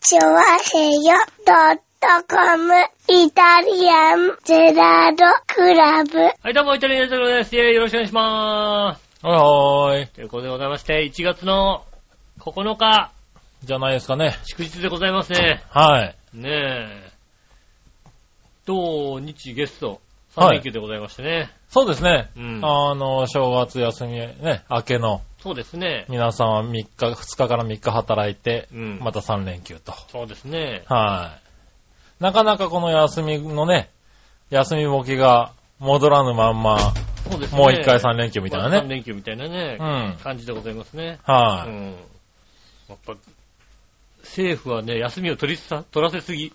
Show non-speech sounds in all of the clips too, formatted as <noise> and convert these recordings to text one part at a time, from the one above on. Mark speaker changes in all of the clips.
Speaker 1: チョワヘヨドットコムイタリアンゼラードクラブ。
Speaker 2: はい、どうも、イタリアンジェロです。イェーイよろしくお願いしまーす。
Speaker 3: はーい。
Speaker 2: ということでございまして、1月の9日、
Speaker 3: じゃないですかね。
Speaker 2: 祝日でございますね。
Speaker 3: はい。
Speaker 2: ねえ。土日月と3
Speaker 3: はい
Speaker 2: 連休でございましてね。
Speaker 3: そうですね。
Speaker 2: うん
Speaker 3: あの、正月休み、ね、明けの、
Speaker 2: そうですね。
Speaker 3: 皆さんは3日、2日から3日働いて、
Speaker 2: うん
Speaker 3: また3連休と。
Speaker 2: そうですね。
Speaker 3: はい。なかなかこの休みのね、休みボケが戻らぬまんま、
Speaker 2: そうですね。
Speaker 3: もう一回3連休みたいな
Speaker 2: 3
Speaker 3: ね。
Speaker 2: 連休みたいなね、
Speaker 3: うん。
Speaker 2: 感じでございますね。う
Speaker 3: はい。
Speaker 2: ん。やっぱ、政府はね、休みを取りさ、取らせすぎ。
Speaker 3: い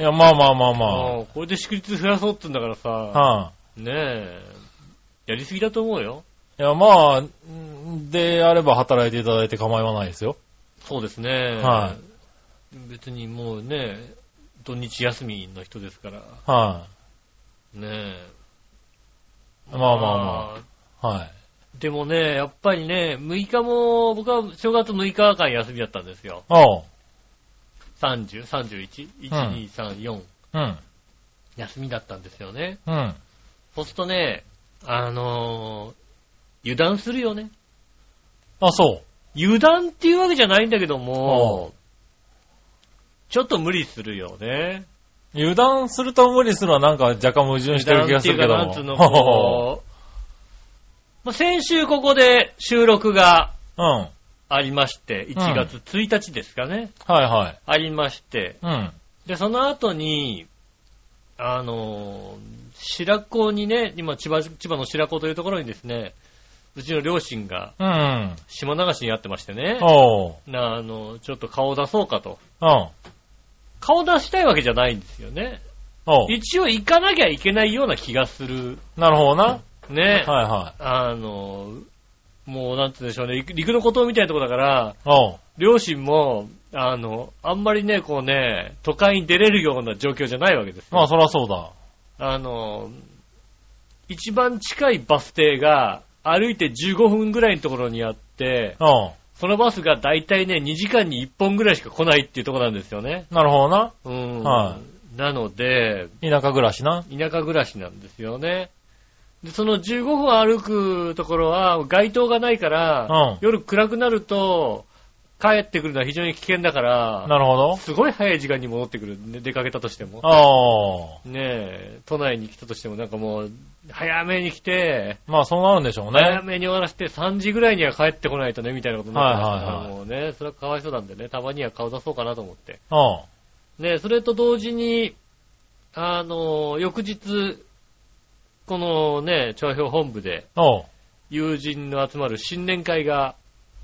Speaker 3: や、まあまあまあま
Speaker 2: うんこれで祝日増やそうってんだからさ、
Speaker 3: あ。は
Speaker 2: ねえ、やりすぎだと思うよ。
Speaker 3: い。いや、まあ、んであれば働いていただいて構わないですよ。
Speaker 2: そうですね。。
Speaker 3: はい
Speaker 2: 別にもうね、土日休みの人ですから、
Speaker 3: は
Speaker 2: ねえ。
Speaker 3: い。まあまあま
Speaker 2: あ。
Speaker 3: あ。はい。
Speaker 2: でもね、やっぱりね、6日も、僕は正月6日間休みだったんですよ。
Speaker 3: おう。
Speaker 2: 30、31、1、
Speaker 3: うん
Speaker 2: 2、3、4。
Speaker 3: うん。
Speaker 2: 休みだったんですよね。
Speaker 3: うん。
Speaker 2: そうするとね、あのー油断するよね。
Speaker 3: あ、そう。
Speaker 2: 油断っていうわけじゃないんだけども、ちょっと無理するよね。
Speaker 3: 油断すると無理するのはなんか若干矛盾してる気がするけど
Speaker 2: なんていうかなんつうの、
Speaker 3: も。
Speaker 2: こう、 <laughs> まあ、先週ここで収録が
Speaker 3: うん。はい
Speaker 2: ありまして、1月1日ですかね、
Speaker 3: はい。
Speaker 2: ありまして、
Speaker 3: うん。
Speaker 2: で、その後に、あのー、白子にね、今千葉、千葉の白子というところにですね、うちの両親が
Speaker 3: うん。
Speaker 2: 島流しにやってましてね、
Speaker 3: おう。
Speaker 2: なあの、ちょっと顔を出そうかと。
Speaker 3: うん。
Speaker 2: 顔出したいわけじゃないんですよね。
Speaker 3: おう。
Speaker 2: 一応行かなきゃいけないような気がする。
Speaker 3: なるほどな。
Speaker 2: ね。
Speaker 3: はいはい。
Speaker 2: あの、もうなんて言うんでしょうね、陸陸の孤島みたいなとこだから、
Speaker 3: おう。
Speaker 2: 両親も、あの、あんまりね、こうね、都会に出れるような状況じゃないわけですよ。
Speaker 3: まあそらそうだ。
Speaker 2: あの、一番近いバス停が、歩いて15分ぐらいのところにあって、
Speaker 3: お
Speaker 2: そのバスが大体ね、2時間に1本ぐらいしか来ないっていうところなんですよね。
Speaker 3: う。なるほどな。
Speaker 2: うん。
Speaker 3: は
Speaker 2: なので、
Speaker 3: 田舎暮らしな。
Speaker 2: 田舎暮らしなんですよね。で、その15分歩くところは街灯がないから、
Speaker 3: うん
Speaker 2: 夜暗くなると帰ってくるのは非常に危険だから、
Speaker 3: なるほど。
Speaker 2: すごい早い時間に戻ってくる、ね出かけたとしても。
Speaker 3: おう。
Speaker 2: ねえ、都内に来たとしてもなんかもう、早めに来て、
Speaker 3: まあそうなるんでしょう
Speaker 2: 早
Speaker 3: ね。
Speaker 2: めに終わらせて3時ぐらいには帰ってこないとね、みたいなことになってますから、
Speaker 3: はいはいはい
Speaker 2: もうね、それはかわいそうなんでね、たまには顔出そうかなと思って。
Speaker 3: おう。
Speaker 2: ね、それと同時に、あの、翌日、このね、調表本部で
Speaker 3: おう。
Speaker 2: 友人の集まる新年会が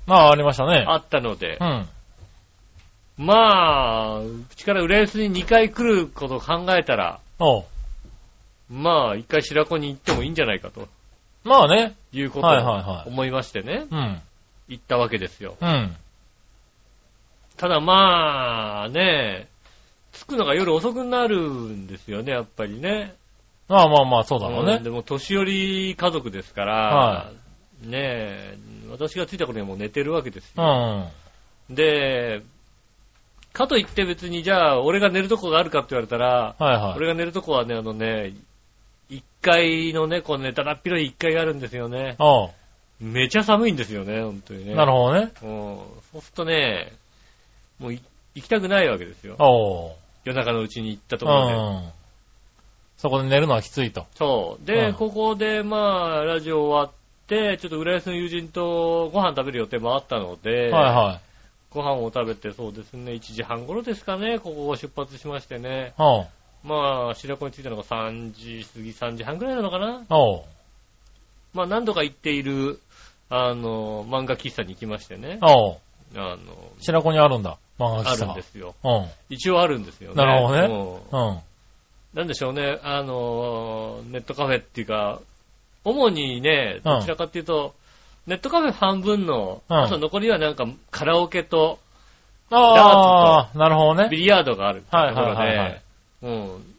Speaker 3: まあありましたね。
Speaker 2: あったので
Speaker 3: う、ん。
Speaker 2: まあ、うちから浦安に2回来ることを考えたら、
Speaker 3: おう。
Speaker 2: まあ、1回白子に行ってもいいんじゃないかと
Speaker 3: まあね。
Speaker 2: いうこと
Speaker 3: はいはいは
Speaker 2: を思いましてね、
Speaker 3: うん。
Speaker 2: 行ったわけですよ。
Speaker 3: うん。
Speaker 2: ただまあ、ね、着くのが夜遅くなるんですよね、やっぱりね。
Speaker 3: まあまあまあそうだろう
Speaker 2: うん
Speaker 3: ね
Speaker 2: で。も、年寄り家族ですから、
Speaker 3: は
Speaker 2: ねえ、私が着いた頃にはもう寝てるわけです
Speaker 3: う
Speaker 2: よ。
Speaker 3: ん。
Speaker 2: で、かといって別に、じゃあ、俺が寝るとこがあるかって言われたら、
Speaker 3: はいはい。
Speaker 2: 俺が寝るとこはね、あのね、1階のね、こうね、だらっ広い1階があるんですよね。
Speaker 3: おう。
Speaker 2: めちゃ寒いんですよね、本当にね。
Speaker 3: なるほどね。
Speaker 2: ほど。そうするとね、もうい行きたくないわけですよ。
Speaker 3: おう。
Speaker 2: 夜中のうちに行ったところで。
Speaker 3: うん。そこで寝るのはきついと。
Speaker 2: そう。で、
Speaker 3: うん
Speaker 2: ここで、まあ、ラジオ終わって、ちょっと浦安の友人とご飯食べる予定もあったので、
Speaker 3: はいはい。
Speaker 2: ご飯を食べて、そうですね、1時半頃ですかね、ここを出発しましてね。
Speaker 3: おう。
Speaker 2: まあ、白子に着いたのが3時過ぎ、3時半ぐらいなのかな。
Speaker 3: おう。
Speaker 2: まあ、何度か行っている、あの、漫画喫茶に行きましてね。
Speaker 3: おう。
Speaker 2: あの、
Speaker 3: 白子にあるんだ。漫画
Speaker 2: あ
Speaker 3: 喫
Speaker 2: る
Speaker 3: 茶
Speaker 2: ん
Speaker 3: が。
Speaker 2: ですよ。
Speaker 3: うん。
Speaker 2: 一応あるんですよね。
Speaker 3: なるほどね
Speaker 2: もう
Speaker 3: うん。
Speaker 2: なんでしょうね、あの、ネットカフェっていうか、主にね、
Speaker 3: うん
Speaker 2: どちらかっていうと、ネットカフェ半分の、
Speaker 3: うん
Speaker 2: あと残りはなんかカラオケと
Speaker 3: ああ、なるほどね。
Speaker 2: ビリヤードがあるところ
Speaker 3: はい
Speaker 2: で、
Speaker 3: はいはいはい。
Speaker 2: うん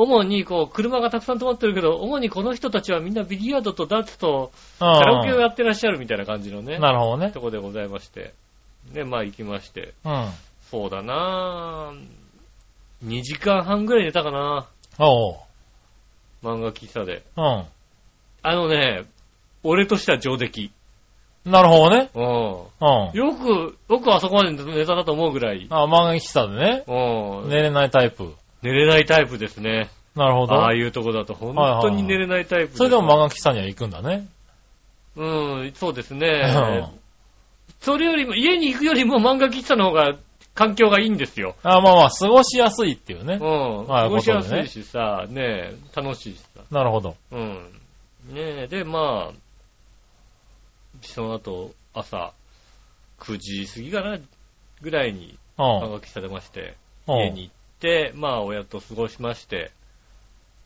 Speaker 2: 主にこう、車がたくさん止まってるけど、主にこの人たちはみんなビリヤードとダーツと
Speaker 3: カ
Speaker 2: カラオケをやってらっしゃるみたいな感じのね、
Speaker 3: なるほどね。
Speaker 2: とこでございまして。で、まあ行きまして。
Speaker 3: うん。
Speaker 2: そうだなぁ。2時間半ぐらい寝たかな
Speaker 3: おう。
Speaker 2: 漫画喫茶で。
Speaker 3: う
Speaker 2: あのね、俺としては上出来。
Speaker 3: ん。なるほどね。
Speaker 2: うん。よ
Speaker 3: うん。
Speaker 2: く、よくあそこまで寝たなと思うぐらい。
Speaker 3: あ、漫画喫茶でね。
Speaker 2: うん。
Speaker 3: 寝れないタイプ。
Speaker 2: 寝れないタイプですね。
Speaker 3: なるほど
Speaker 2: ああ。いうとこだと本当に寝れないタイプ、
Speaker 3: それでも漫画喫茶には行くんだね。
Speaker 2: うん、そうです
Speaker 3: う
Speaker 2: ね
Speaker 3: ん。
Speaker 2: それよりも、家に行くよりも漫画喫茶の方が環境がいいんですよ。
Speaker 3: あまあまあ、過ごしやすいっていう
Speaker 2: う
Speaker 3: ね
Speaker 2: ん。。過
Speaker 3: はい
Speaker 2: ごしやすいしさ、ねえ、楽しいしさ。
Speaker 3: なるほど。
Speaker 2: うん。ねえ、で、まあ、その後、朝、9時過ぎかな、ぐらいに
Speaker 3: う
Speaker 2: 漫
Speaker 3: ん。
Speaker 2: 画喫茶出まして、
Speaker 3: うん
Speaker 2: 家に行って、まあ、親と過ごしまして、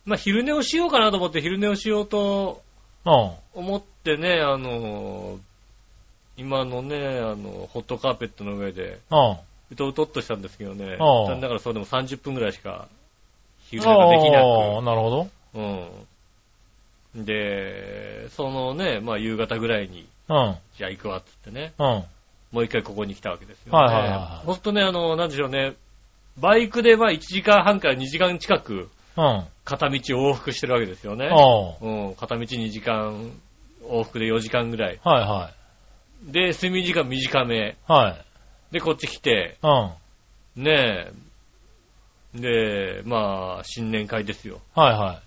Speaker 2: まあ、昼寝をしようかなと思って、昼寝をしようと
Speaker 3: うん。
Speaker 2: 思ってね、あのー今のね、あの、ホットカーペットの上で、
Speaker 3: うん。
Speaker 2: うとうとっとしたんですけどね、
Speaker 3: ああ
Speaker 2: 残念ながらそうでも30分ぐらいしか昼寝ができな
Speaker 3: ああ、なるほど。
Speaker 2: く、うん。で、そのね、まあ夕方ぐらいに、
Speaker 3: うん。
Speaker 2: じゃあ行くわっつってね、
Speaker 3: うん。
Speaker 2: もう一回ここに来たわけですよ、ね。
Speaker 3: はいはいはい
Speaker 2: ほんとね、あの、なんでしょうね、バイクでまあ1時間半から2時間近く
Speaker 3: うん。
Speaker 2: 片道往復してるわけですよね。
Speaker 3: おう
Speaker 2: うん、片道2時間、往復で4時間ぐらい。
Speaker 3: はいは
Speaker 2: で、睡眠時間短め。
Speaker 3: い。はい。
Speaker 2: で、こっち来て、
Speaker 3: うん。はい
Speaker 2: ねえ。で、まあ、新年会ですよ。
Speaker 3: は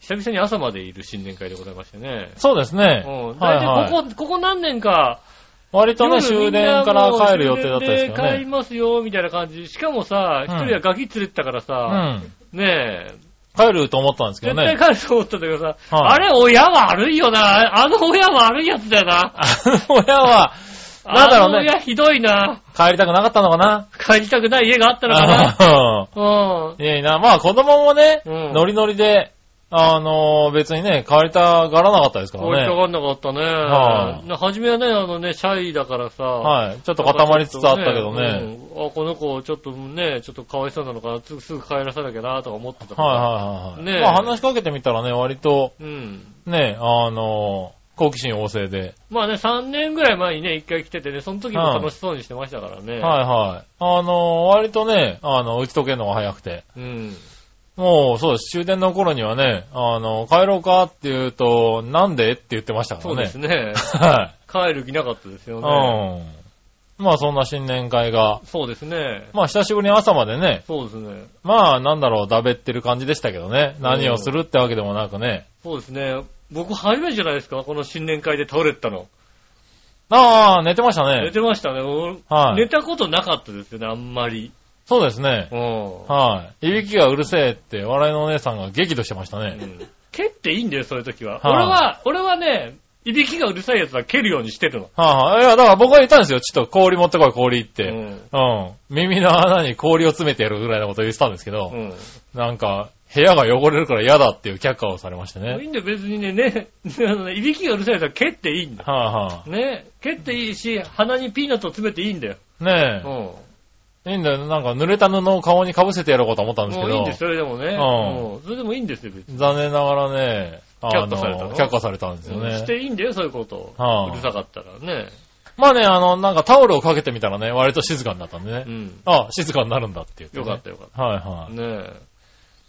Speaker 2: 久々に朝までいる新年会でございましてね
Speaker 3: い。。そうですね。
Speaker 2: うん。
Speaker 3: は
Speaker 2: 大
Speaker 3: いはい
Speaker 2: 体ここ、ここ何年か、
Speaker 3: 割とね、
Speaker 2: 夜み
Speaker 3: 終
Speaker 2: んな
Speaker 3: 電から帰る予定だったんですけ
Speaker 2: もう
Speaker 3: ど
Speaker 2: 終電で帰り
Speaker 3: ね。
Speaker 2: ますよ、みたいな感じ。しかもさ、
Speaker 3: う
Speaker 2: 一
Speaker 3: ん
Speaker 2: 人はガキ連れてったから
Speaker 3: う
Speaker 2: さ、
Speaker 3: ん。
Speaker 2: ねえ、
Speaker 3: 帰ると思ったんですけど
Speaker 2: 絶
Speaker 3: ね
Speaker 2: 対。帰ると思ったんだけどさ、
Speaker 3: はい
Speaker 2: あれ親悪いよな、あの親悪いやつだよな。
Speaker 3: あの <laughs> 親は、なんだろうね
Speaker 2: あの親ひどいな。
Speaker 3: 帰りたくなかったのかな
Speaker 2: 帰りたくない家があったのかな。
Speaker 3: あ
Speaker 2: うん
Speaker 3: ーいやいな。まあ子供もね、
Speaker 2: うん
Speaker 3: ノリノリで、あのー別にね、帰りたがらなかったですか
Speaker 2: 置い
Speaker 3: ら
Speaker 2: て
Speaker 3: ね。
Speaker 2: かんなかったね。
Speaker 3: はい
Speaker 2: な初めはね、あのね、シャイだからさ。
Speaker 3: はい。ちょっ
Speaker 2: ち
Speaker 3: と固まりつつあったけどね。
Speaker 2: うんあ、この子、ちょっとね、ちょっとかわいそうなのかな、すぐすぐ帰らさなきゃな、とか思ってたから。
Speaker 3: はいはいはいはい。
Speaker 2: ねえ
Speaker 3: まあ話しかけてみたらね、割と、
Speaker 2: うん。
Speaker 3: ね、あのー好奇心旺盛で。
Speaker 2: まあね、3年ぐらい前にね、一回来ててね、その時も楽しそうにしてましたからね。
Speaker 3: はいはい。あのー割とね、あの、打ち解けるのが早くて。
Speaker 2: うん。
Speaker 3: もう、そうです。終電の頃にはね、あの、帰ろうかって言うと、なんでって言ってましたか
Speaker 2: そ
Speaker 3: ら
Speaker 2: う
Speaker 3: ね。
Speaker 2: ですね。
Speaker 3: <laughs> は
Speaker 2: 帰る気なかったですよ
Speaker 3: い。
Speaker 2: ね。
Speaker 3: うん。まあ、そんな新年会が、
Speaker 2: そうですね。
Speaker 3: まあ、久しぶりに朝までね、
Speaker 2: そうですね。
Speaker 3: まあ、なんだろう、だべってる感じでしたけどね。
Speaker 2: ん
Speaker 3: 何をするってわけでもなくね。
Speaker 2: そうですね。僕、初めてじゃないですか、この新年会で倒れてたの。
Speaker 3: ああ、寝てました
Speaker 2: 寝
Speaker 3: ね。
Speaker 2: てましたね。俺
Speaker 3: はい
Speaker 2: 寝たことなかったですよね、あんまり。
Speaker 3: そうですね
Speaker 2: う。ん。
Speaker 3: はい。いびきがうるせえって、笑いのお姉さんが激怒してました
Speaker 2: う
Speaker 3: ね。
Speaker 2: ん蹴っていいんだよ、そういう時は。
Speaker 3: はい
Speaker 2: 俺は、俺はね、いびきがうるさいやつは蹴るようにしてるの。
Speaker 3: はいはい。いや、だから僕は言ったんですよ。ちょっと氷持ってこい、氷っ
Speaker 2: う
Speaker 3: て。
Speaker 2: ん。
Speaker 3: うん。耳の穴に氷を詰めてやるぐらいのことを言ってたんですけど。
Speaker 2: うん。
Speaker 3: なんか、部屋が汚れるから嫌だっていう却下をされましてね。
Speaker 2: もう
Speaker 3: はいい、
Speaker 2: いんだよ、別にね、ね、 <laughs> あのねいびきがうるさいやつは蹴っていいんだよ。
Speaker 3: はい、
Speaker 2: ね、蹴っていいし、鼻にピーナッツを詰めていいんだよ。
Speaker 3: ね
Speaker 2: うん。
Speaker 3: え、
Speaker 2: も
Speaker 3: いいんだよ。なんか濡れた布を顔に被せてやろうかと思ったんですけ
Speaker 2: ういいん
Speaker 3: ど、
Speaker 2: です、それでもね。
Speaker 3: うん
Speaker 2: うん。それでもいいんですよ、別に。
Speaker 3: 残念ながらね、あ
Speaker 2: 却下されたの
Speaker 3: の、却下されたんですよ
Speaker 2: し
Speaker 3: ね。
Speaker 2: ていいんだよ、そういうこと
Speaker 3: は
Speaker 2: を。
Speaker 3: いう
Speaker 2: るさかったらね。
Speaker 3: まあね、あの、なんかタオルをかけてみたらね、割と静かになったんでね。
Speaker 2: うん。
Speaker 3: あ、静かになるんだって言って、。
Speaker 2: よかったよかった
Speaker 3: はいは
Speaker 2: た。ねえ。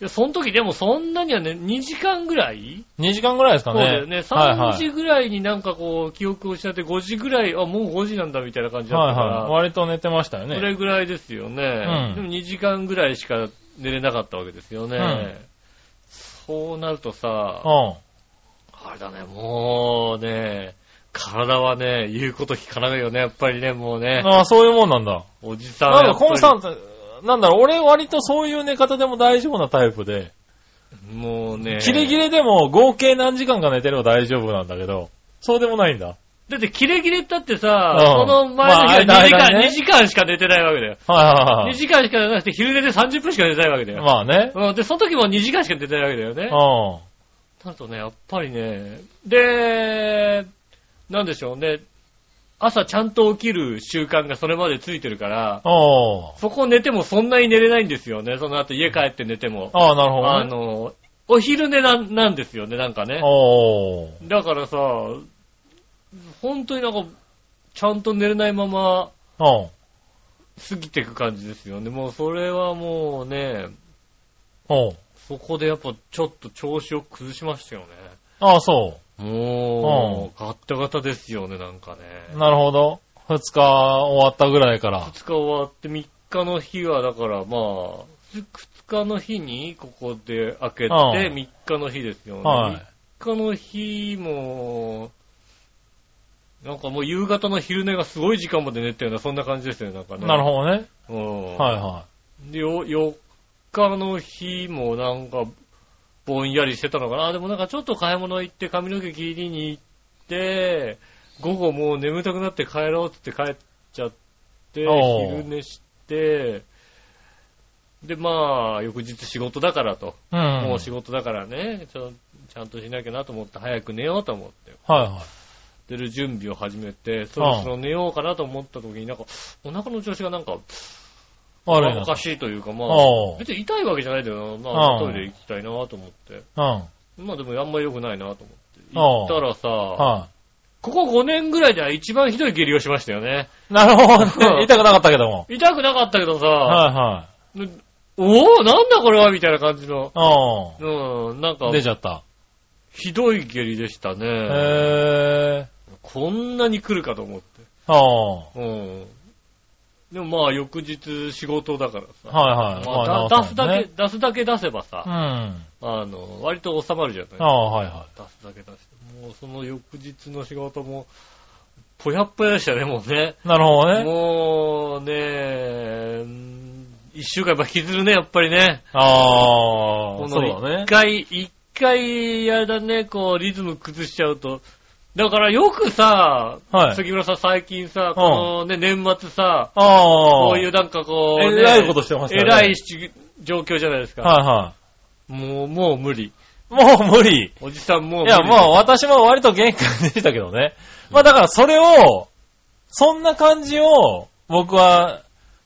Speaker 2: いや、その時でもそんなにはね、2時間ぐらい
Speaker 3: い。2時間ぐらいですか
Speaker 2: そう
Speaker 3: ね。
Speaker 2: だよね。
Speaker 3: はい
Speaker 2: 3
Speaker 3: は
Speaker 2: 時
Speaker 3: い。
Speaker 2: ぐらいになんかこう、記憶を失って5時ぐらい、あ、もう5時なんだみたいな感じだっ
Speaker 3: は
Speaker 2: た
Speaker 3: い
Speaker 2: から、
Speaker 3: はい。割と寝てましたよ
Speaker 2: そ
Speaker 3: ね。
Speaker 2: れぐらいですよね、
Speaker 3: うん
Speaker 2: でも2時間ぐらいしか寝れなかったわけですよね。
Speaker 3: うん
Speaker 2: そうなると
Speaker 3: う
Speaker 2: さ、
Speaker 3: ん。
Speaker 2: あれだね、もうね、体はね、言うこと聞かないよね、やっぱりね、もうね。
Speaker 3: ああ、そういうもんなんだ。
Speaker 2: おじさん
Speaker 3: な
Speaker 2: は
Speaker 3: ん
Speaker 2: や
Speaker 3: か
Speaker 2: っぱり
Speaker 3: コンサート、なんだろう、俺割とそういう寝方でも大丈夫なタイプで。
Speaker 2: もうね。
Speaker 3: キレキレでも合計何時間か寝てれば大丈夫なんだけど、そうでもないんだ。
Speaker 2: だってキレキレだってさ、
Speaker 3: うん
Speaker 2: その前の日は
Speaker 3: まあ
Speaker 2: 2時
Speaker 3: 間
Speaker 2: 間、
Speaker 3: 々ね
Speaker 2: 2時間しか寝てないわけだよ。
Speaker 3: はいはいは
Speaker 2: 2
Speaker 3: い
Speaker 2: 時間しかなくて昼寝で30分しか寝てないわけだよ。
Speaker 3: <laughs> まあね。
Speaker 2: うん、で、その時も2時間しか寝てないわけだよね。
Speaker 3: う
Speaker 2: なるとね、やっぱりね、で、なんでしょうね、朝ちゃんと起きる習慣がそれまでついてるから、
Speaker 3: ん。おう
Speaker 2: そこ寝てもそんなに寝れないんですよね、その後家帰って寝ても。
Speaker 3: ああ、なるほ
Speaker 2: あ
Speaker 3: ど、ね。
Speaker 2: の、お昼寝ななんですよね、なんかね。
Speaker 3: おう
Speaker 2: だからさ、本当になんか、ちゃんと寝れないまま、
Speaker 3: うん。
Speaker 2: 過ぎていく感じですよね。もうそれはもうね、
Speaker 3: おう。
Speaker 2: そこでやっぱちょっと調子を崩しましたよね。
Speaker 3: ああ、そ
Speaker 2: もう、ガッタガタですよね、なんかね。
Speaker 3: う。なるほど。二日終わったぐらいから。
Speaker 2: 2日終わって3日の日は、だからまあ、2日の日にここで開けて、
Speaker 3: ああ
Speaker 2: 3日の日ですよね。
Speaker 3: はい
Speaker 2: 3日の日も、なんかもう夕方の昼寝がすごい時間まで寝たような、そんな感じですよね、なんかね。
Speaker 3: なるほどね。
Speaker 2: ほど。うん。
Speaker 3: はいは
Speaker 2: で、よ4日の日もなんか、ぼんやりしてたのかな。でもなんかちょっと買い物行って髪の毛切りに行って、午後もう眠たくなって帰ろうって帰っちゃって、
Speaker 3: おう
Speaker 2: 昼寝して、で、まあ、翌日仕事だからと。
Speaker 3: い。うん。
Speaker 2: もう仕事だからね、ちょちゃんとしなきゃなと思って、早く寝ようと思って。
Speaker 3: はいはい。
Speaker 2: ってる準備を始めて、そろそろ寝ようかなと思った時になんか、お腹の調子がなんか、
Speaker 3: 悪い
Speaker 2: お
Speaker 3: な。
Speaker 2: かしいというか、まあ、
Speaker 3: おう。
Speaker 2: 別に痛いわけじゃないんだよな。まあ、
Speaker 3: う
Speaker 2: ト
Speaker 3: ん
Speaker 2: イレ行きたいなと思って。
Speaker 3: うん。は
Speaker 2: まあでもあんまり良くないなと思って。
Speaker 3: うん
Speaker 2: 行ったらさ、
Speaker 3: い、
Speaker 2: ここ5年ぐらいでは一番ひどい下痢をしましたよね。
Speaker 3: なる
Speaker 2: <laughs>
Speaker 3: ほどね。痛くなかったけども。
Speaker 2: 痛くなかったけどさ、
Speaker 3: はいはい。
Speaker 2: おおなんだこれはみたいな感じの。
Speaker 3: う
Speaker 2: うん、なんか
Speaker 3: ん。、出ちゃった。
Speaker 2: ひどい下痢でしたね。
Speaker 3: へ
Speaker 2: こんなに来るかと思って。
Speaker 3: ぇー。うん。
Speaker 2: うん。でもまあ翌日仕事だからさ。
Speaker 3: はいはい。
Speaker 2: まあ
Speaker 3: ま
Speaker 2: だ
Speaker 3: あ
Speaker 2: 出すだ。
Speaker 3: なおさら
Speaker 2: け
Speaker 3: ね、
Speaker 2: 出すだけ出せば
Speaker 3: う
Speaker 2: さ、
Speaker 3: ん。
Speaker 2: あの、割と収まるじゃない
Speaker 3: ああ、はいは
Speaker 2: 出すだけ出して、もうその翌日の仕事も、ぽやっぽやでしたね、もうね。
Speaker 3: い。なるほどね。
Speaker 2: もうねえ、うん一週間やっぱ引きずるね、やっぱりね。
Speaker 3: あ
Speaker 2: こ
Speaker 3: あ、そ
Speaker 2: の
Speaker 3: うだね
Speaker 2: 一。回、一回、あれだね、こう、リズム崩しちゃうと。だからよくさ、
Speaker 3: はい
Speaker 2: 杉村さん最近さ、このね、年末さ、
Speaker 3: ああ。
Speaker 2: こういうなんかこう、ね、
Speaker 3: えらいことしてましたね
Speaker 2: えらいし状況じゃないですか。
Speaker 3: はいは
Speaker 2: もう、もう無理。
Speaker 3: い。もう無理。
Speaker 2: おじさんもう無
Speaker 3: い
Speaker 2: 理。
Speaker 3: や、まあ私も割と限界でしたけどね。まあだからそれを、そんな感じを、僕は、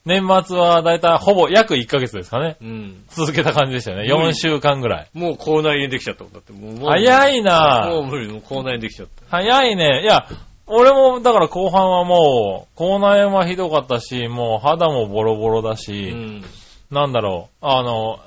Speaker 3: 年末はだいたいほぼ約1ヶ月ですかね。
Speaker 2: うん。
Speaker 3: 続けた感じでしたよね。
Speaker 2: うん
Speaker 3: 4週間ぐらい。
Speaker 2: もう口内炎できちゃったもんだって。もうもう
Speaker 3: 早い
Speaker 2: も
Speaker 3: な
Speaker 2: う無理、もう口内炎できちゃった。
Speaker 3: 早いね。いや、俺もだから後半はもう、口内炎はひどかったし、もう肌もボロボロだ
Speaker 2: う
Speaker 3: し、
Speaker 2: ん。
Speaker 3: なんだろう、あの、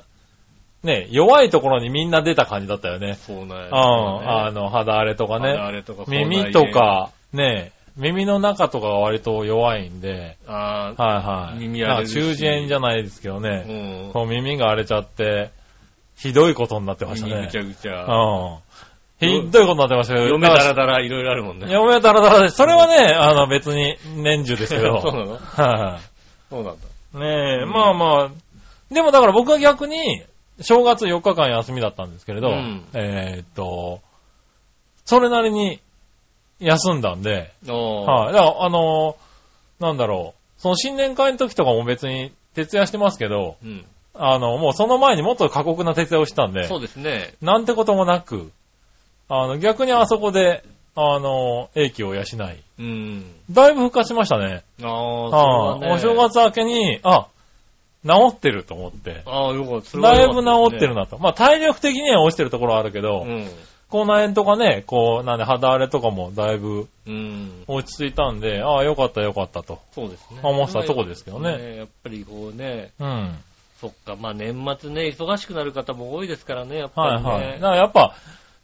Speaker 3: ね、弱いところにみんな出た感じだったよね。
Speaker 2: 口内炎、
Speaker 3: うん、あの、肌荒れとか
Speaker 2: あれあ
Speaker 3: ね。
Speaker 2: れとか、
Speaker 3: 耳
Speaker 2: 口
Speaker 3: と
Speaker 2: 内炎。
Speaker 3: か、ね、耳の中とかが割と弱いんで、
Speaker 2: ああ、
Speaker 3: はいはい。
Speaker 2: 耳荒れ
Speaker 3: なん
Speaker 2: る
Speaker 3: か
Speaker 2: し
Speaker 3: 中耳炎じゃないですけど
Speaker 2: う
Speaker 3: ね、
Speaker 2: ん。
Speaker 3: こう耳が荒れちゃって、ひどいことになってましたね。
Speaker 2: 耳ぐちゃぐちゃ。
Speaker 3: うん。ひどいことになってましたけど、
Speaker 2: 嫁だらだらいろいろあるもんね。
Speaker 3: 嫁はダラダラです。それはね、あの別に年中ですけど。
Speaker 2: <laughs> そうなの
Speaker 3: は
Speaker 2: そうなんだ。
Speaker 3: い。ねえ、
Speaker 2: うん
Speaker 3: まあまあ、でもだから僕は逆に、正月4日間休みだったんですけれど、
Speaker 2: うん
Speaker 3: えーっと、それなりに休んだんで、
Speaker 2: おー
Speaker 3: はい。だから、あのーなんだろう、その新年会の時とかも別に徹夜してますけど、
Speaker 2: うん。
Speaker 3: あの、もうその前にもっと過酷な徹夜をしてたんで、
Speaker 2: そうですね。
Speaker 3: なんてこともなく、あの、逆にあそこで、あの、英気を養い。
Speaker 2: うん。
Speaker 3: だいぶ復活しましたね。
Speaker 2: ああ、そう
Speaker 3: はい
Speaker 2: だね。
Speaker 3: お正。月明けに、あ、治ってると思って。
Speaker 2: ああ、よかったそれは
Speaker 3: だい
Speaker 2: よか
Speaker 3: ぶ
Speaker 2: った。
Speaker 3: 治ってるなと。まあ体力的には落ちてるところはあるけど、
Speaker 2: ね。
Speaker 3: 口内炎とかね、こう、なんで肌荒れとかもだいぶ
Speaker 2: うん。うん。
Speaker 3: 落ち着いたんで、ああ、よかったよかったと。
Speaker 2: そうですね。
Speaker 3: 思ってたとこですけどね
Speaker 2: やっぱりこうね、
Speaker 3: うん。はい
Speaker 2: そっか、まあ年末ね、忙しくなる方も多いですからね、やっぱりね。
Speaker 3: はい。だからやっぱ、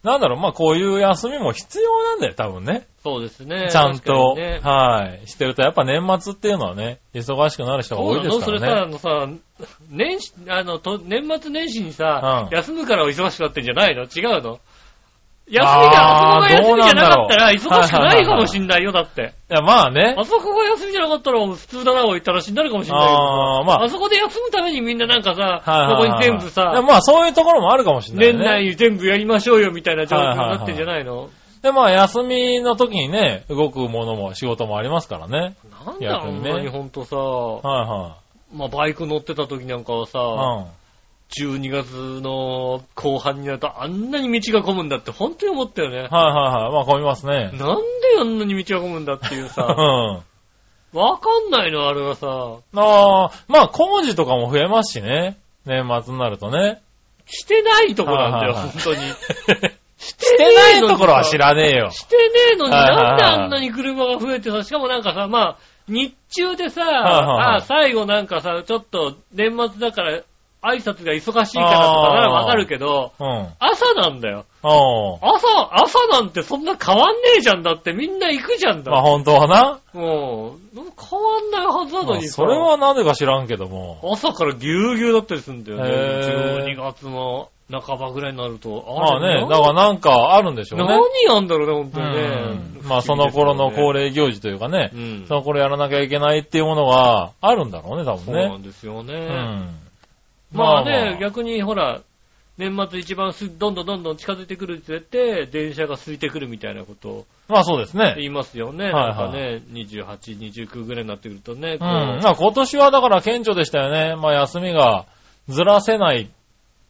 Speaker 3: なんだろう、まあこういう休みも必要なんだよ、多分ね。
Speaker 2: そうですね。
Speaker 3: ちゃん
Speaker 2: 確かに
Speaker 3: と、
Speaker 2: ね、
Speaker 3: はい、してると、やっぱ年末っていうのはね、忙しくなる人が多いです
Speaker 2: そ
Speaker 3: か
Speaker 2: うな
Speaker 3: らね。
Speaker 2: のそれさ、あのさ、年始、あの、と年末年始にさ、
Speaker 3: うん
Speaker 2: 休むからお忙しくなってんじゃないの違うの休みが、あそこが休みじゃなかったら
Speaker 3: どうなんだろう
Speaker 2: 忙しくないかもしんないよ、だって。
Speaker 3: いや、まあね。
Speaker 2: あそこが休みじゃなかったら普通だな、おいったらしになるかもしんないけどさ。
Speaker 3: ああー、まあ
Speaker 2: あ、そこで休むためにみんななんかさ、
Speaker 3: はいはいはい
Speaker 2: そこに全部
Speaker 3: いや
Speaker 2: さ、
Speaker 3: まあそういうところもあるかもしれない、
Speaker 2: 年
Speaker 3: ね。
Speaker 2: 内に全部やりましょうよみたいな状況になってんじゃないの、
Speaker 3: で、まあ休みの時にね、動くものも仕事もありますからね。
Speaker 2: なんだあんな
Speaker 3: 逆に
Speaker 2: に
Speaker 3: ね
Speaker 2: ほんとさ、
Speaker 3: は
Speaker 2: まあ、バイク乗ってた時なんかはさ、
Speaker 3: いはい。
Speaker 2: 12月の後半になるとあんなに道が混むんだって本当に思ったよね
Speaker 3: うん。。はいはいはい。まあ混みます
Speaker 2: な
Speaker 3: ね。
Speaker 2: んであんなに道が混むんだっていう
Speaker 3: う
Speaker 2: さ、
Speaker 3: ん。
Speaker 2: わかんないの、あれはさ、
Speaker 3: ああ、まあ工事とかも増えますしね。年末になるとね。
Speaker 2: してないとこなんだよ、
Speaker 3: はいはいはい
Speaker 2: 本当に。
Speaker 3: し
Speaker 2: して
Speaker 3: ないところは知らねえよ。
Speaker 2: してねえのに
Speaker 3: はいはい
Speaker 2: な
Speaker 3: は
Speaker 2: ん
Speaker 3: い
Speaker 2: であんなに車が増えてさ、しかもなんかさ、まあ、日中でさ、
Speaker 3: いはいはい
Speaker 2: あ最後なんかさ、ちょっと年末だから挨拶が忙しいからとかならわかるけど、
Speaker 3: うん。あ
Speaker 2: 朝なんだよ。
Speaker 3: あ。
Speaker 2: 朝、朝なんてそんな変わんねえじゃんだってみんな行くじゃんだ。
Speaker 3: まあ本当はな。
Speaker 2: もうん変わんないはずなの
Speaker 3: まあ
Speaker 2: にさ
Speaker 3: それはなんでか知らんけども。
Speaker 2: 朝からぎゅうぎゅうだったりするんだよね。
Speaker 3: へ
Speaker 2: 12
Speaker 3: ー
Speaker 2: 月の半ばぐらいになると。
Speaker 3: まあね、
Speaker 2: な
Speaker 3: だからなんかあるんでしょうね。
Speaker 2: 何やんだろうね、本当に
Speaker 3: う
Speaker 2: ね
Speaker 3: ん。まあその頃の恒
Speaker 2: 例。
Speaker 3: 例行事というかね
Speaker 2: う、ん。
Speaker 3: その頃やらなきゃいけないっていうものがあるんだろうね、多
Speaker 2: そう
Speaker 3: 分
Speaker 2: な
Speaker 3: ね。
Speaker 2: んですよ
Speaker 3: う
Speaker 2: ね。
Speaker 3: ん。
Speaker 2: まあね、逆にほら、年末一番す、どんどんどんどん近づいてくるって言って、電車が空いてくるみたいなことを
Speaker 3: まあそうですね。
Speaker 2: 言いますよね。な
Speaker 3: い
Speaker 2: ん
Speaker 3: は
Speaker 2: か
Speaker 3: い
Speaker 2: ね、28、29ぐらいになってくるとね、
Speaker 3: う
Speaker 2: こ
Speaker 3: ん。
Speaker 2: う
Speaker 3: まあ今年はだから顕著でしたよね。まあ休みがずらせない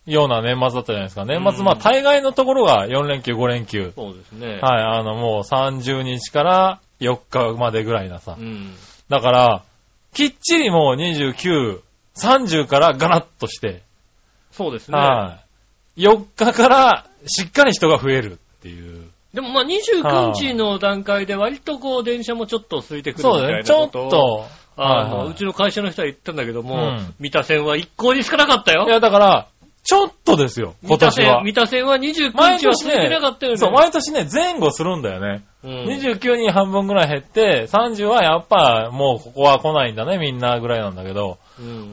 Speaker 3: ような年末だったじゃないですか。年
Speaker 2: う
Speaker 3: 末、
Speaker 2: ん
Speaker 3: まあ大概のところが4連休、5連休。
Speaker 2: そうですね。
Speaker 3: はい、あのもう30日から4日までぐらいなさ
Speaker 2: う。ん。
Speaker 3: だから、きっちりもう29、30からガラッとして、
Speaker 2: そうですね。
Speaker 3: はい。4日からしっかり人が増えるっていう。
Speaker 2: でもまあ29日の段階で割とこう電車もちょっと空いてくるみ
Speaker 3: そ
Speaker 2: た
Speaker 3: うだ
Speaker 2: い
Speaker 3: ね。
Speaker 2: な
Speaker 3: ちょ
Speaker 2: こ
Speaker 3: っ
Speaker 2: とを、
Speaker 3: と。
Speaker 2: あ
Speaker 3: はい
Speaker 2: の、
Speaker 3: はいう
Speaker 2: ちの会社の人は言ったんだけども、
Speaker 3: うん
Speaker 2: 三田線は一向に少なかったよ。
Speaker 3: いや、だから、ちょっとですよ、今
Speaker 2: 三田
Speaker 3: 年
Speaker 2: 線
Speaker 3: は。
Speaker 2: 三田線は29日は空いてなかったよね。
Speaker 3: そう、毎年ね、前後するんだよね。
Speaker 2: うん
Speaker 3: 29に半分ぐらい減って、30はやっぱもうここは来ないんだね、みんなぐらいなんだけど、
Speaker 2: うん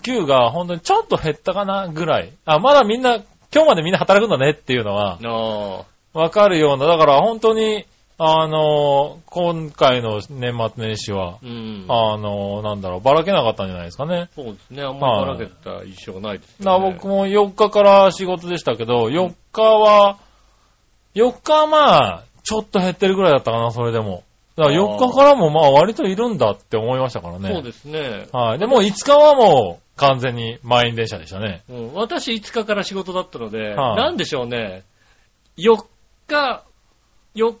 Speaker 3: 29が本当にちょっと減ったかなぐらい。あ、まだみんな、今日までみんな働くんだねっていうのは、
Speaker 2: あ
Speaker 3: わかるような、だから本当に、あのー今回の年末年始は
Speaker 2: ー、うん。
Speaker 3: あのーなんだろう、ばらけなかったんじゃないですかね。
Speaker 2: そうですね。あんまりばらけた印象がないです
Speaker 3: な
Speaker 2: よね。
Speaker 3: 僕も4日から仕事でしたけど、4日は、4日はまあ、ちょっと減ってるぐらいだったかな、それでも。だから4日からもまあ割といるんだって思いましたからね。
Speaker 2: そうですね。
Speaker 3: はい。で、もう5日はもう完全に満員電車でしたね。
Speaker 2: うん、私5日から仕事だったので、
Speaker 3: はい
Speaker 2: なんでしょうね。4日、4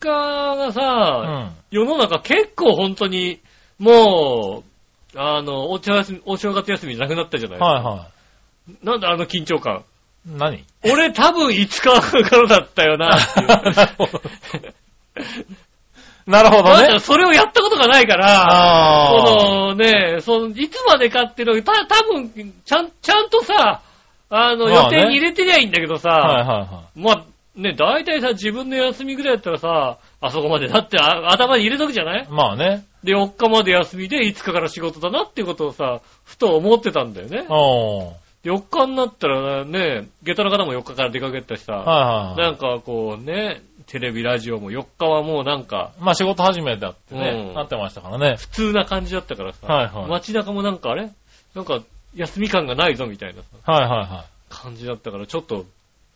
Speaker 2: 日がさ、
Speaker 3: うん。
Speaker 2: 世の中結構本当に、もう、あの、お茶休み、お正月休みなくなったじゃない、
Speaker 3: はいは
Speaker 2: なんだあの緊張感。
Speaker 3: い。
Speaker 2: <laughs>
Speaker 3: 何
Speaker 2: 俺多分5日からだったよ
Speaker 3: <laughs>
Speaker 2: なっていう
Speaker 3: なるほど
Speaker 2: まだ
Speaker 3: ね。
Speaker 2: それをやったことがないから、
Speaker 3: ああ。
Speaker 2: このね、その、いつまでかっていうのた、多分ちゃん、ちゃんとさ、あの、
Speaker 3: ま
Speaker 2: 予
Speaker 3: あね
Speaker 2: 定に入れてりゃいいんだけどさ、
Speaker 3: はいはいは
Speaker 2: まあ、ね、大体さ、自分の休みぐらいだったらさ、あそこまで、だってあ頭に入れとくじゃない
Speaker 3: い。まあね。
Speaker 2: で、4日まで休みで5日から仕事だなってことをさ、ふと思ってたんだよね。
Speaker 3: おー。
Speaker 2: 4日になったらね、下駄の方も4日から出かけたしさ、
Speaker 3: はいはいは。
Speaker 2: ないんかこうね、テレビ、ラジオも4日はもうなんか、
Speaker 3: まあ仕事始めだってね、
Speaker 2: うん
Speaker 3: なってましたからね。
Speaker 2: 普通な感じだったからさ、
Speaker 3: はいはい
Speaker 2: 街中もなんかあれなんか休み感がないぞみたいなさ
Speaker 3: はいは
Speaker 2: 感じだったから、ちょっと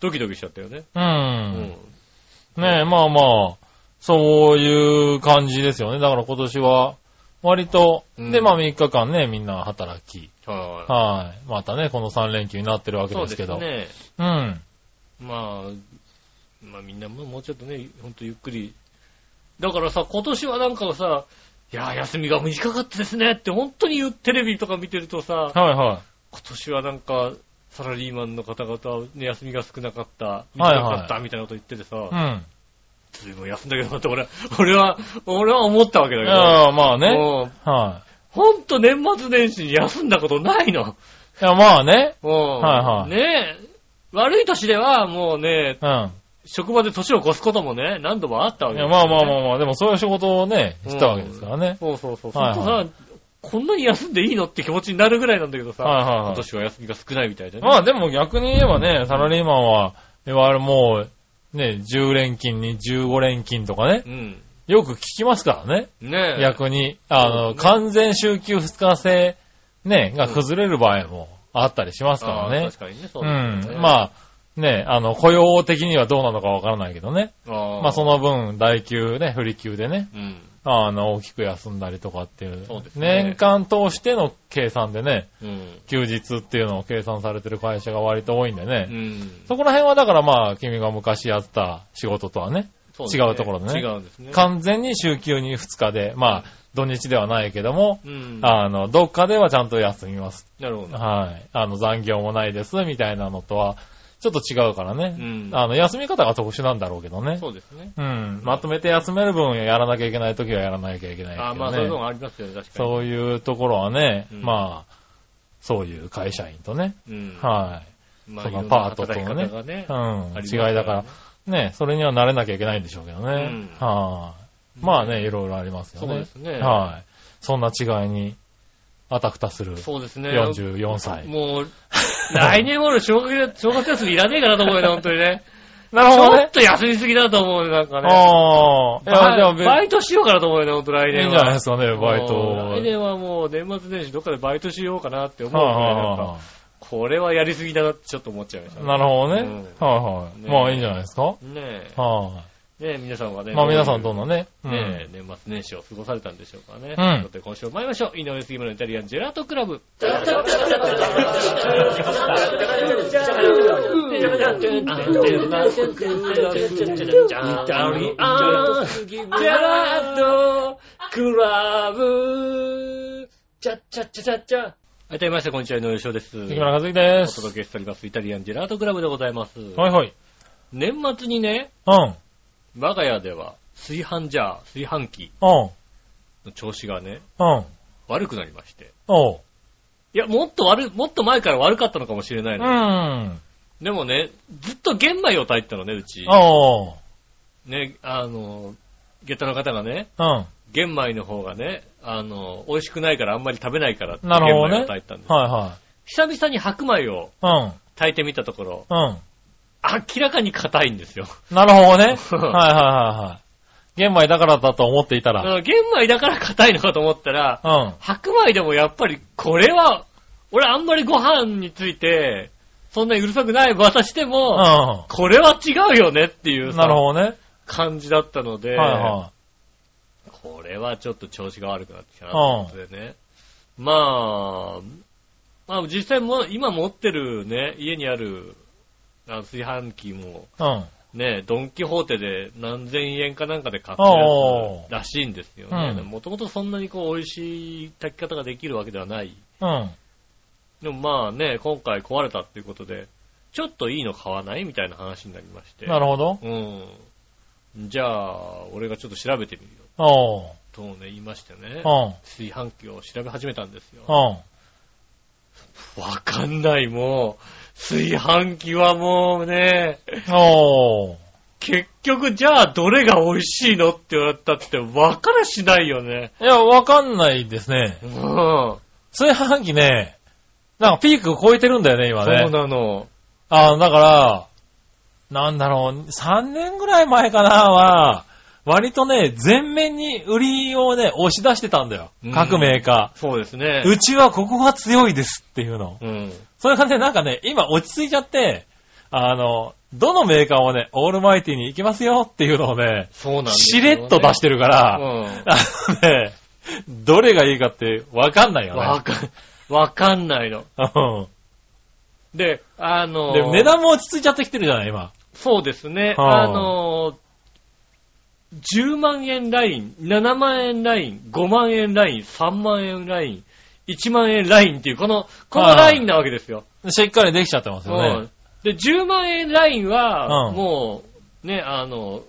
Speaker 2: ドキドキしちゃったよね。
Speaker 3: いはい。
Speaker 2: う
Speaker 3: うん。ねえ、まあまあ、そういう感じですよね。だから今年は、割と、
Speaker 2: うん
Speaker 3: で、まあ3日間ね、みんな働き。
Speaker 2: は
Speaker 3: はい。またね、この3連休になってるわ
Speaker 2: い。
Speaker 3: け
Speaker 2: そうですす
Speaker 3: でけど。
Speaker 2: ね。
Speaker 3: うん。
Speaker 2: まあ、まあみんなももうちょっとね、ほんとゆっくり。だからさ、今年はなんかさ、いやー、休みが短かったですねって本当に言うテレビとか見てるとさ、
Speaker 3: はいは
Speaker 2: 今年はなんか、サラリーマンの方々は、ね、休みが少なかった、
Speaker 3: いはい
Speaker 2: 短かったみたいなこと言っててさ、
Speaker 3: い。うん。
Speaker 2: ずいぶん休んだけどなって俺は、俺は、俺は思ったわけ
Speaker 3: い
Speaker 2: だけど。
Speaker 3: や、まあね。
Speaker 2: もう
Speaker 3: は
Speaker 2: ほんと年末年始に休んだことないの。
Speaker 3: い。いや、まあね。
Speaker 2: うん
Speaker 3: はいはい
Speaker 2: ねえ。悪い年ではもうね、
Speaker 3: うん。
Speaker 2: 職場で年を越すこともね、何度もあったわけ
Speaker 3: い
Speaker 2: です
Speaker 3: や、
Speaker 2: よ
Speaker 3: まあまあまあまあ、でもそういう仕事をね、したわけですからね。
Speaker 2: そうそうそう。
Speaker 3: はい
Speaker 2: ほ
Speaker 3: はい
Speaker 2: んとさ、こんなに休んでいいのって気持ちになるぐらいなんだけどさ、
Speaker 3: はいはい
Speaker 2: 今
Speaker 3: はい。
Speaker 2: 年は休みが少ないみたいでね。
Speaker 3: まあでも逆に言えばね、サラリーマンは、いわゆるもう、ね、10連勤に15連勤とかね
Speaker 2: う、ん。
Speaker 3: よく聞きますからね。
Speaker 2: ねえ。
Speaker 3: <laughs> 逆に、あ
Speaker 2: そう
Speaker 3: の、
Speaker 2: ですね
Speaker 3: 完全週休2日制、ね、が崩れる場合もあったりしますから
Speaker 2: ああ
Speaker 3: ね。
Speaker 2: 確かにね、そううですよね
Speaker 3: ん。まあ、ね、あの、雇用的にはどうなのかわからないけどね。
Speaker 2: あ
Speaker 3: まあ、そ
Speaker 2: の、
Speaker 3: の分、代給ね、不利給でね、
Speaker 2: うん。
Speaker 3: あの、大きく休んだりとかっていう。
Speaker 2: そうですね
Speaker 3: 年間通しての計算でね、
Speaker 2: うん。
Speaker 3: 休日っていうのを計算されてる会社が割と多いんでね。
Speaker 2: うん。
Speaker 3: そこら辺はだからまあ、君が昔やってた仕事とはね、
Speaker 2: そうですね
Speaker 3: 違うところでね
Speaker 2: 違うんですね。
Speaker 3: 完全に週休に2日で、まあ、土日ではないけども、
Speaker 2: うん。
Speaker 3: あの、どっかではちゃんと休みます。
Speaker 2: なるほど。
Speaker 3: はい。あの、残業もないです、みたいなのとは、ちょっと違うから
Speaker 2: う
Speaker 3: ね。
Speaker 2: ん。
Speaker 3: あの、休み方が特殊なんだろうけどね。
Speaker 2: そうですね。
Speaker 3: うん。まとめて休める分やらなきゃいけない時はやらなきゃいけないけど、ね。
Speaker 2: あまあ、そういうのもありますよね、確かに。
Speaker 3: そういうところはね、
Speaker 2: うん
Speaker 3: まあ、そういう会社員とね、
Speaker 2: うん。
Speaker 3: は
Speaker 2: ま
Speaker 3: そ
Speaker 2: い
Speaker 3: の
Speaker 2: ろんな
Speaker 3: パートとのね
Speaker 2: 働き方がね
Speaker 3: い。うん
Speaker 2: あ、ります
Speaker 3: 違いだから、ね、それには慣れなきゃいけないんでしょうけどね。
Speaker 2: うん
Speaker 3: はい。まあね、いろいろありますよ
Speaker 2: そうで
Speaker 3: ね。
Speaker 2: すね。
Speaker 3: はい。そんな違いに、あたふたする
Speaker 2: そうですね。
Speaker 3: 44歳。
Speaker 2: もう、来年頃正月、 <laughs> 正月休みいらねえかなと思うよね、本当にね。
Speaker 3: <laughs> な
Speaker 2: ち
Speaker 3: るほど
Speaker 2: ょっ
Speaker 3: ね。
Speaker 2: と休みすぎだと思うよ、なんかね。
Speaker 3: ああ。いや、で
Speaker 2: バ
Speaker 3: も
Speaker 2: イ
Speaker 3: 別
Speaker 2: バイトしようかなと思うよね、ほんと来
Speaker 3: にいい
Speaker 2: 年は。
Speaker 3: んじゃないですかね、バイ
Speaker 2: もう来
Speaker 3: ト。
Speaker 2: 年はもう年末年始どっかでバイトしようかなって思う
Speaker 3: は
Speaker 2: よ
Speaker 3: い
Speaker 2: ね、
Speaker 3: は
Speaker 2: なん
Speaker 3: い
Speaker 2: か
Speaker 3: は
Speaker 2: これはやりすぎだなってちょっと思っちゃいました
Speaker 3: い。
Speaker 2: ね。
Speaker 3: なるほどね。
Speaker 2: う
Speaker 3: はいはい。
Speaker 2: ね
Speaker 3: まあいいんじゃないですか。
Speaker 2: ね
Speaker 3: は。
Speaker 2: え。ねえ、皆さんはいね。
Speaker 3: まあ皆さんどんなね。うん
Speaker 2: ねえ、年末年始を過ごされたんでしょうかね。
Speaker 3: うん
Speaker 2: ということで今週も参りましょう。井上杉村のイタリアンジェラートクラブ。ジェラートクラブ。チャッチャッチャチャッチャ。改めまして、こんにちは、井上翔です。
Speaker 3: 杉村和樹で
Speaker 2: お
Speaker 3: す。
Speaker 2: 届けしております、イタリアンジェラートクラブでございます。
Speaker 3: はいはい。
Speaker 2: 年末にね、
Speaker 3: うん。
Speaker 2: 我が家では、炊飯ジャー、炊飯器
Speaker 3: うん。
Speaker 2: の調子がね、
Speaker 3: うん。
Speaker 2: 悪くなりまして。
Speaker 3: おう。
Speaker 2: いや、もっと悪い、もっと前から悪かったのかもしれな
Speaker 3: う
Speaker 2: いね。
Speaker 3: ん。
Speaker 2: でもね、ずっと玄米を炊いてたのね、うち。
Speaker 3: おう。
Speaker 2: ね、あの、下駄の方がね、
Speaker 3: うん。
Speaker 2: 玄米の方がね、あの、美味しくないからあんまり食べないからって玄
Speaker 3: なるほどね
Speaker 2: 米を炊いてたんです。
Speaker 3: は
Speaker 2: 久々に白米を
Speaker 3: いはい。
Speaker 2: 炊いてみたところ、
Speaker 3: うん。うん。
Speaker 2: 明らかに硬いんですよ。
Speaker 3: なる
Speaker 2: <laughs>
Speaker 3: ほどね。
Speaker 2: うん
Speaker 3: はいはいはいはい。玄米だからだと思っていたら。
Speaker 2: うん玄米だから硬いのかと思ったら、
Speaker 3: うん。
Speaker 2: 白米でもやっぱりこれは、俺あんまりご飯について、そんなにうるさくない私で
Speaker 3: う
Speaker 2: も、
Speaker 3: ん。
Speaker 2: これは違うよねっていうさ
Speaker 3: なるほどね。
Speaker 2: 感じだったので、
Speaker 3: はいは
Speaker 2: これはちょっと調子が悪くなってきたなということでね。まあ、まあ実際も今持ってるね、家にあるあの炊飯器も
Speaker 3: い。うん。
Speaker 2: ね、ドンキホーテで何千円かなんかで買ったや
Speaker 3: おー
Speaker 2: つらしいんですよね
Speaker 3: う。ん
Speaker 2: もともとそんなにこう美味しい炊き方ができるわけではない。
Speaker 3: うん。
Speaker 2: でもまあね、今回壊れたっていうことで、ちょっといいの買わないみたいな話になりまして。
Speaker 3: なるほど。
Speaker 2: うん。じゃあ、俺がちょっと調べてみるよ。
Speaker 3: おう。
Speaker 2: とね、言いましてね。
Speaker 3: うん。
Speaker 2: 炊飯器を調べ始めたんですよ。
Speaker 3: うん。
Speaker 2: わかんない、もう。炊飯器はもうね、
Speaker 3: おう。
Speaker 2: 結局じゃあどれが美味しいのって言われたって分からしないよね。
Speaker 3: いや、わかんないですね
Speaker 2: う。ん。そ
Speaker 3: 炊飯器ね、なんかピーク超えてるんだよね、今
Speaker 2: う
Speaker 3: ね。
Speaker 2: なの。
Speaker 3: あだから、なんだろう、3年ぐらい前かなは、割とね、全面に売りをね、押し出してたんだよ
Speaker 2: うん。
Speaker 3: 各メーカ
Speaker 2: そうですね
Speaker 3: ー。。うちはここが強いですっていうの。
Speaker 2: うん。
Speaker 3: それがね、なんかね、今落ち着いちゃって、あの、どのメーカーもね、オールマイティに行きますよっていうのをね、
Speaker 2: そうなんです
Speaker 3: し
Speaker 2: よね
Speaker 3: れっと出してるから、
Speaker 2: う
Speaker 3: あのね、どれがいいかってわかんない
Speaker 2: ん。
Speaker 3: よ
Speaker 2: わ
Speaker 3: ね。
Speaker 2: かん、わかんないの。
Speaker 3: う
Speaker 2: で、あの
Speaker 3: ん。で、値段も落ち着いちゃってきてるじゃない、今。
Speaker 2: そうですね。
Speaker 3: はあ
Speaker 2: あの10万円ライン、7万円ライン、5万円ライン、3万円ライン、1万円ラインっていう、この、この
Speaker 3: はい
Speaker 2: ラインなわけですよ。
Speaker 3: しっかりできちゃってますよね。
Speaker 2: うんで、10万円ラインは、
Speaker 3: うん
Speaker 2: もう、ね、あの、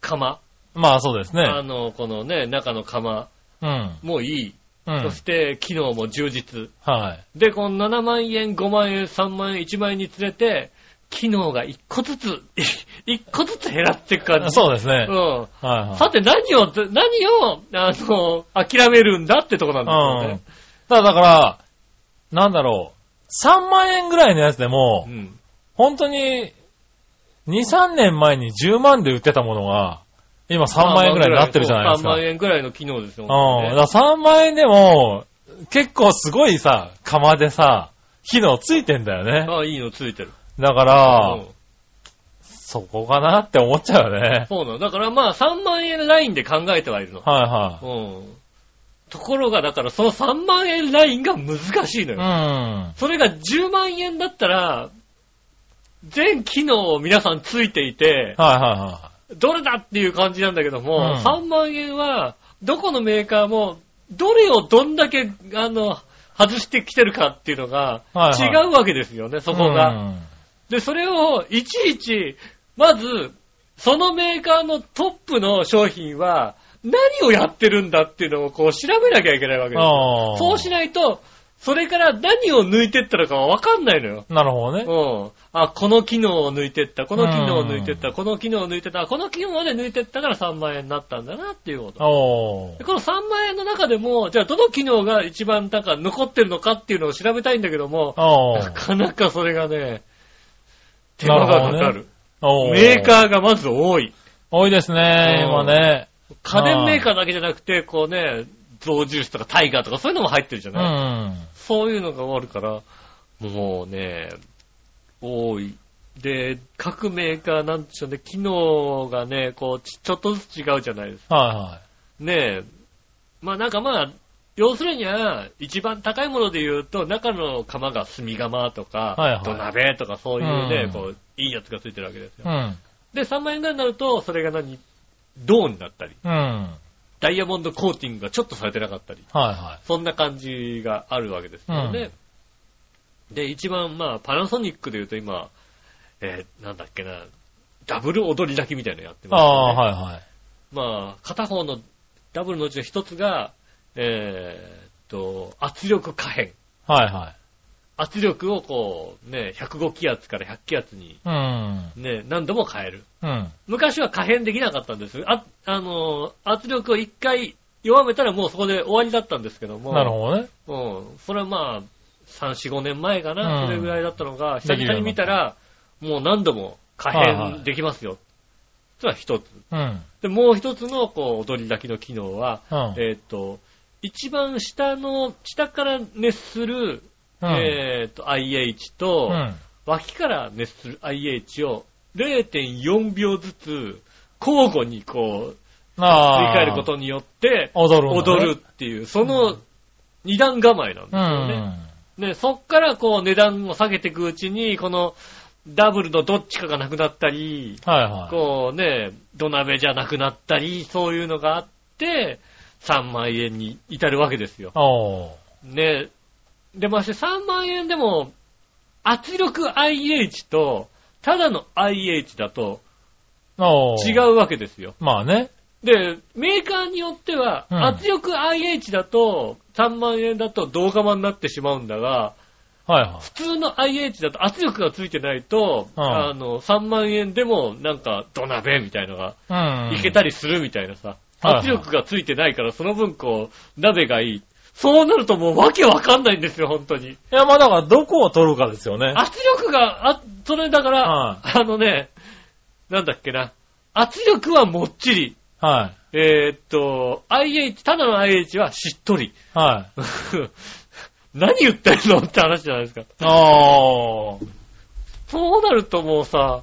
Speaker 2: 釜、
Speaker 3: まあそうです
Speaker 2: あ
Speaker 3: ね。
Speaker 2: の、このね、中の釜
Speaker 3: うん。
Speaker 2: もいい。
Speaker 3: うん
Speaker 2: そ。して、機能も充実。
Speaker 3: はい。
Speaker 2: で、この7万円、5万円、3万円、1万円につれて、機能が1個ずつ、1個ずつ減らっていく感じ。
Speaker 3: そうですね。
Speaker 2: うん。
Speaker 3: はいはい。
Speaker 2: さて何を、何を、あの、諦めるんだってとこなん
Speaker 3: う
Speaker 2: で
Speaker 3: ん。ただだから、なんだろう。3万円ぐらいのやつです
Speaker 2: よ
Speaker 3: も、
Speaker 2: ね。
Speaker 3: 本当に、2、3年前に10万で売ってたものが、今3万円ぐらいになってるじゃないですか。
Speaker 2: 3万円ぐらいの機能ですよ
Speaker 3: うん。
Speaker 2: ね。
Speaker 3: だから3万円でも、結構すごいさ、釜でさ、機能ついてんだよね。
Speaker 2: ああ、いいのついてる。
Speaker 3: だか
Speaker 2: う
Speaker 3: ら、
Speaker 2: ん
Speaker 3: そこかなって思っちゃうよね。
Speaker 2: そうなの。だからまあ3万円ラインで考えてはいるの。
Speaker 3: はいは
Speaker 2: うん。ところが、だからその3万円ラインが難しいの
Speaker 3: い。
Speaker 2: よ。
Speaker 3: うん。
Speaker 2: それが10万円だったら、全機能を皆さんついていて、
Speaker 3: はいはいは
Speaker 2: どれだっていう感じなんだけども、
Speaker 3: うん
Speaker 2: 3万円は、どこのメーカーも、どれをどんだけ、あの、外してきてるかっていうのが
Speaker 3: は、い
Speaker 2: 違
Speaker 3: はいう
Speaker 2: わけですよね、そ
Speaker 3: い。
Speaker 2: こが。
Speaker 3: うん
Speaker 2: で、それをいちいち、まず、そのメーカーのトップの商品は、何をやってるんだっていうのをこう調べなきゃいけないわけですよ。
Speaker 3: ああ。
Speaker 2: そうしないと、それから何を抜いてったのかはわかんないのよ。
Speaker 3: なるほど
Speaker 2: <laughs>
Speaker 3: ね。
Speaker 2: うん。あ、この機能を抜いてった、この機能を抜いてっ
Speaker 3: う
Speaker 2: た、
Speaker 3: ん
Speaker 2: この機能を抜いてった、あこの機能まで抜いてったから3万円になったんだなっていうこと。
Speaker 3: お
Speaker 2: で
Speaker 3: ー。
Speaker 2: この3万円の中でも、じゃあどの機能が一番なんか残ってるのかっていうのを調べたいんだけども、
Speaker 3: お
Speaker 2: な
Speaker 3: ー。
Speaker 2: かなかそれがね、手間がか
Speaker 3: な
Speaker 2: か
Speaker 3: る
Speaker 2: る。
Speaker 3: おー。
Speaker 2: メーカーがまず多い。
Speaker 3: 多いですね、
Speaker 2: うん
Speaker 3: 今ね。
Speaker 2: 家電メーカーだけじゃなくて、こうね、象印とかタイガーとかそういうのも入ってるじゃ
Speaker 3: う
Speaker 2: ない、
Speaker 3: ん。
Speaker 2: そういうのがあるから、もうね、多い。で、各メーカーなんでしょうね、機能がね、こう、ちちょっとずつ違うじゃないですか。
Speaker 3: は
Speaker 2: ねえ。まあなんかまあ、要するには、一番高いもので言うと、中の釜が炭釜とか、
Speaker 3: はいはい
Speaker 2: 土鍋とかそういうね、
Speaker 3: うん
Speaker 2: こう、いいやつがついてるわけです
Speaker 3: い
Speaker 2: よ。
Speaker 3: はい。
Speaker 2: で、3万円ぐらいになると、それが何銅になったり、
Speaker 3: うん。うん。
Speaker 2: ダイヤモンドコーティングがちょっとされてなかったり、
Speaker 3: はいは
Speaker 2: そんな感じがあるわけですよね。で、一番まあ、パナソニックで言うと今、えーなんだっけな、ダブル踊り炊きみたいなのやって
Speaker 3: い。あ
Speaker 2: ますよね。
Speaker 3: あ、はいはい。
Speaker 2: まあ、片方のダブルのうちの一つが、えーっと、圧力可変。
Speaker 3: はいはい。
Speaker 2: 圧力をこう、ね、105気圧から100気圧に、
Speaker 3: うん。
Speaker 2: ね、何度も変える。
Speaker 3: うん。
Speaker 2: 昔は可変できなかったんです。あ、あのー、圧力を一回弱めたらもうそこで終わりだったんですけども。
Speaker 3: なるほどね。
Speaker 2: うん。それはまあ、3、4、5年前かな、
Speaker 3: うん
Speaker 2: それぐらいだったのが、
Speaker 3: で
Speaker 2: 久
Speaker 3: きるよ
Speaker 2: 々に
Speaker 3: うにな
Speaker 2: 見
Speaker 3: った
Speaker 2: たら、もう何度も可
Speaker 3: はいはい
Speaker 2: 変できますよ。それは一つ。
Speaker 3: うん。
Speaker 2: で、もう一つの、こう、踊り炊きの機能は、
Speaker 3: うん。
Speaker 2: えーっ、と、一番下の、下から熱する、
Speaker 3: うん
Speaker 2: えーっ、と、IH と、
Speaker 3: うん。
Speaker 2: 脇から熱する IH を0.4秒ずつ交互にこう、振り
Speaker 3: ああ。
Speaker 2: 返ることによって、
Speaker 3: 踊るんだね。
Speaker 2: 踊るっていう、その二段構えなんです
Speaker 3: う
Speaker 2: よね。
Speaker 3: ん。
Speaker 2: ね、そっからこう値段を下げていくうちに、このダブルのどっちかがなくなったり、
Speaker 3: はいはい。
Speaker 2: こうね、土鍋じゃなくなったり、そういうのがあって、3万円に至るわけですよ。
Speaker 3: おー。
Speaker 2: ね。で、まして3万円でも、圧力 IH と、ただの IH だと
Speaker 3: おー。
Speaker 2: 違。うわけですよ。
Speaker 3: まあね。
Speaker 2: で、メーカーによっては、
Speaker 3: うん
Speaker 2: 圧力 IH だと、3万円だと同釜になってしまうんだが、
Speaker 3: はいはい。
Speaker 2: 普通の IH だと圧力がついてないと、
Speaker 3: うん
Speaker 2: あの、3万円でもなんか土鍋みたいのが
Speaker 3: うん。
Speaker 2: いけたりするみたいなさ、
Speaker 3: はいはい
Speaker 2: 圧力がついてないからその分こう、鍋がいい。そうなるともうわけわかんないんですよ、本当に。
Speaker 3: いや、まあだから、どこを取るかですよね。
Speaker 2: 圧力が、あ、それだから、
Speaker 3: は
Speaker 2: あのね、なんだっけな、圧力はもっちり。
Speaker 3: は
Speaker 2: えーっと、IH、ただの IH はしっとり。 <laughs>
Speaker 3: い。はい。
Speaker 2: 何言ってんのって話じゃないですか。
Speaker 3: あー。
Speaker 2: そうなるともうさ、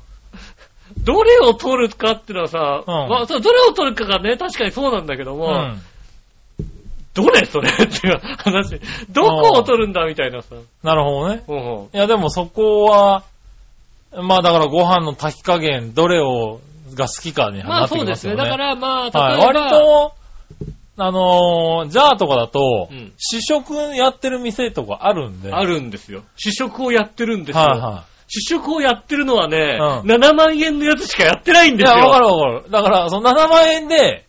Speaker 2: どれを取るかっていうのはさ、
Speaker 3: うん
Speaker 2: まあ、そうどれを取るかがね、確かにそうなんだけど
Speaker 3: う
Speaker 2: も、
Speaker 3: ん。
Speaker 2: どれそれっていう話。どこを取るんだみたいなさ。
Speaker 3: なるほどね。
Speaker 2: うんうん
Speaker 3: いや、でもそこは、まあだからご飯の炊き加減、どれを、が好きかに
Speaker 2: ま
Speaker 3: な
Speaker 2: あ
Speaker 3: って
Speaker 2: そ
Speaker 3: き
Speaker 2: うで
Speaker 3: ます
Speaker 2: す
Speaker 3: よ
Speaker 2: ね。
Speaker 3: ね。
Speaker 2: だからまあ、例
Speaker 3: はい、
Speaker 2: えば、
Speaker 3: 割と、あのー、ジャーとかだと、
Speaker 2: うん
Speaker 3: 試食やってる店とかあるんで。
Speaker 2: あ
Speaker 3: る
Speaker 2: るんですよ。試食をやってるんですよ。
Speaker 3: はいは
Speaker 2: 試食をやってるのはね、
Speaker 3: うん
Speaker 2: 7万円のやつしかやってないん
Speaker 3: い。い
Speaker 2: です
Speaker 3: や、
Speaker 2: よ。
Speaker 3: わかるわかる。だから、その7万円で、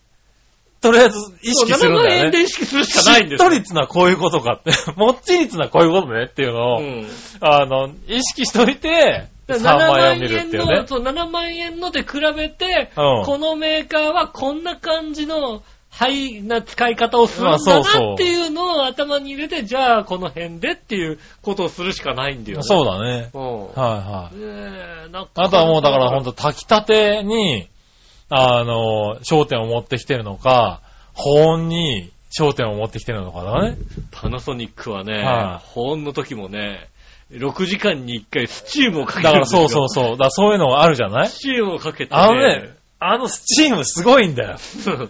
Speaker 3: とりあえず意識するん
Speaker 2: そう7
Speaker 3: だ
Speaker 2: 万
Speaker 3: よ
Speaker 2: 円で
Speaker 3: ね。
Speaker 2: 意識するしかないんです
Speaker 3: しっ
Speaker 2: よ
Speaker 3: とりっつのはこういうことかって、 <laughs> もっちりっつのはこういうことねっていうのを、
Speaker 2: うん
Speaker 3: あの、意識しといて、
Speaker 2: だ
Speaker 3: 3
Speaker 2: から
Speaker 3: 万円を
Speaker 2: 7万
Speaker 3: 見るっ
Speaker 2: 円
Speaker 3: ていうね
Speaker 2: の、。そう、7万円ので比べて、
Speaker 3: うん
Speaker 2: このメーカーはこんな感じの、はい、な使い方をするん
Speaker 3: まあそ
Speaker 2: だ
Speaker 3: うそう
Speaker 2: なっていうのを頭に入れて、じゃあこの辺でっていうことをするしかないんだよね。
Speaker 3: そうだね。
Speaker 2: う。ん。
Speaker 3: はいはい。
Speaker 2: ねえなんか
Speaker 3: あとはもうだからほん
Speaker 2: 当
Speaker 3: と炊きたてに、あの、焦点を持ってきてるのか、保温に焦点を持ってきてるのかだね。
Speaker 2: パナソニックはね、
Speaker 3: はい
Speaker 2: 保温の時もね、6時間に1回スチームをかけ
Speaker 3: だ
Speaker 2: て
Speaker 3: か
Speaker 2: るんで
Speaker 3: ら
Speaker 2: すよ
Speaker 3: そうそうそう。だからそういうのがあるじゃない
Speaker 2: スチームをかけて、
Speaker 3: あのね、あのスチームすごいんだよ。
Speaker 2: そう
Speaker 3: うん。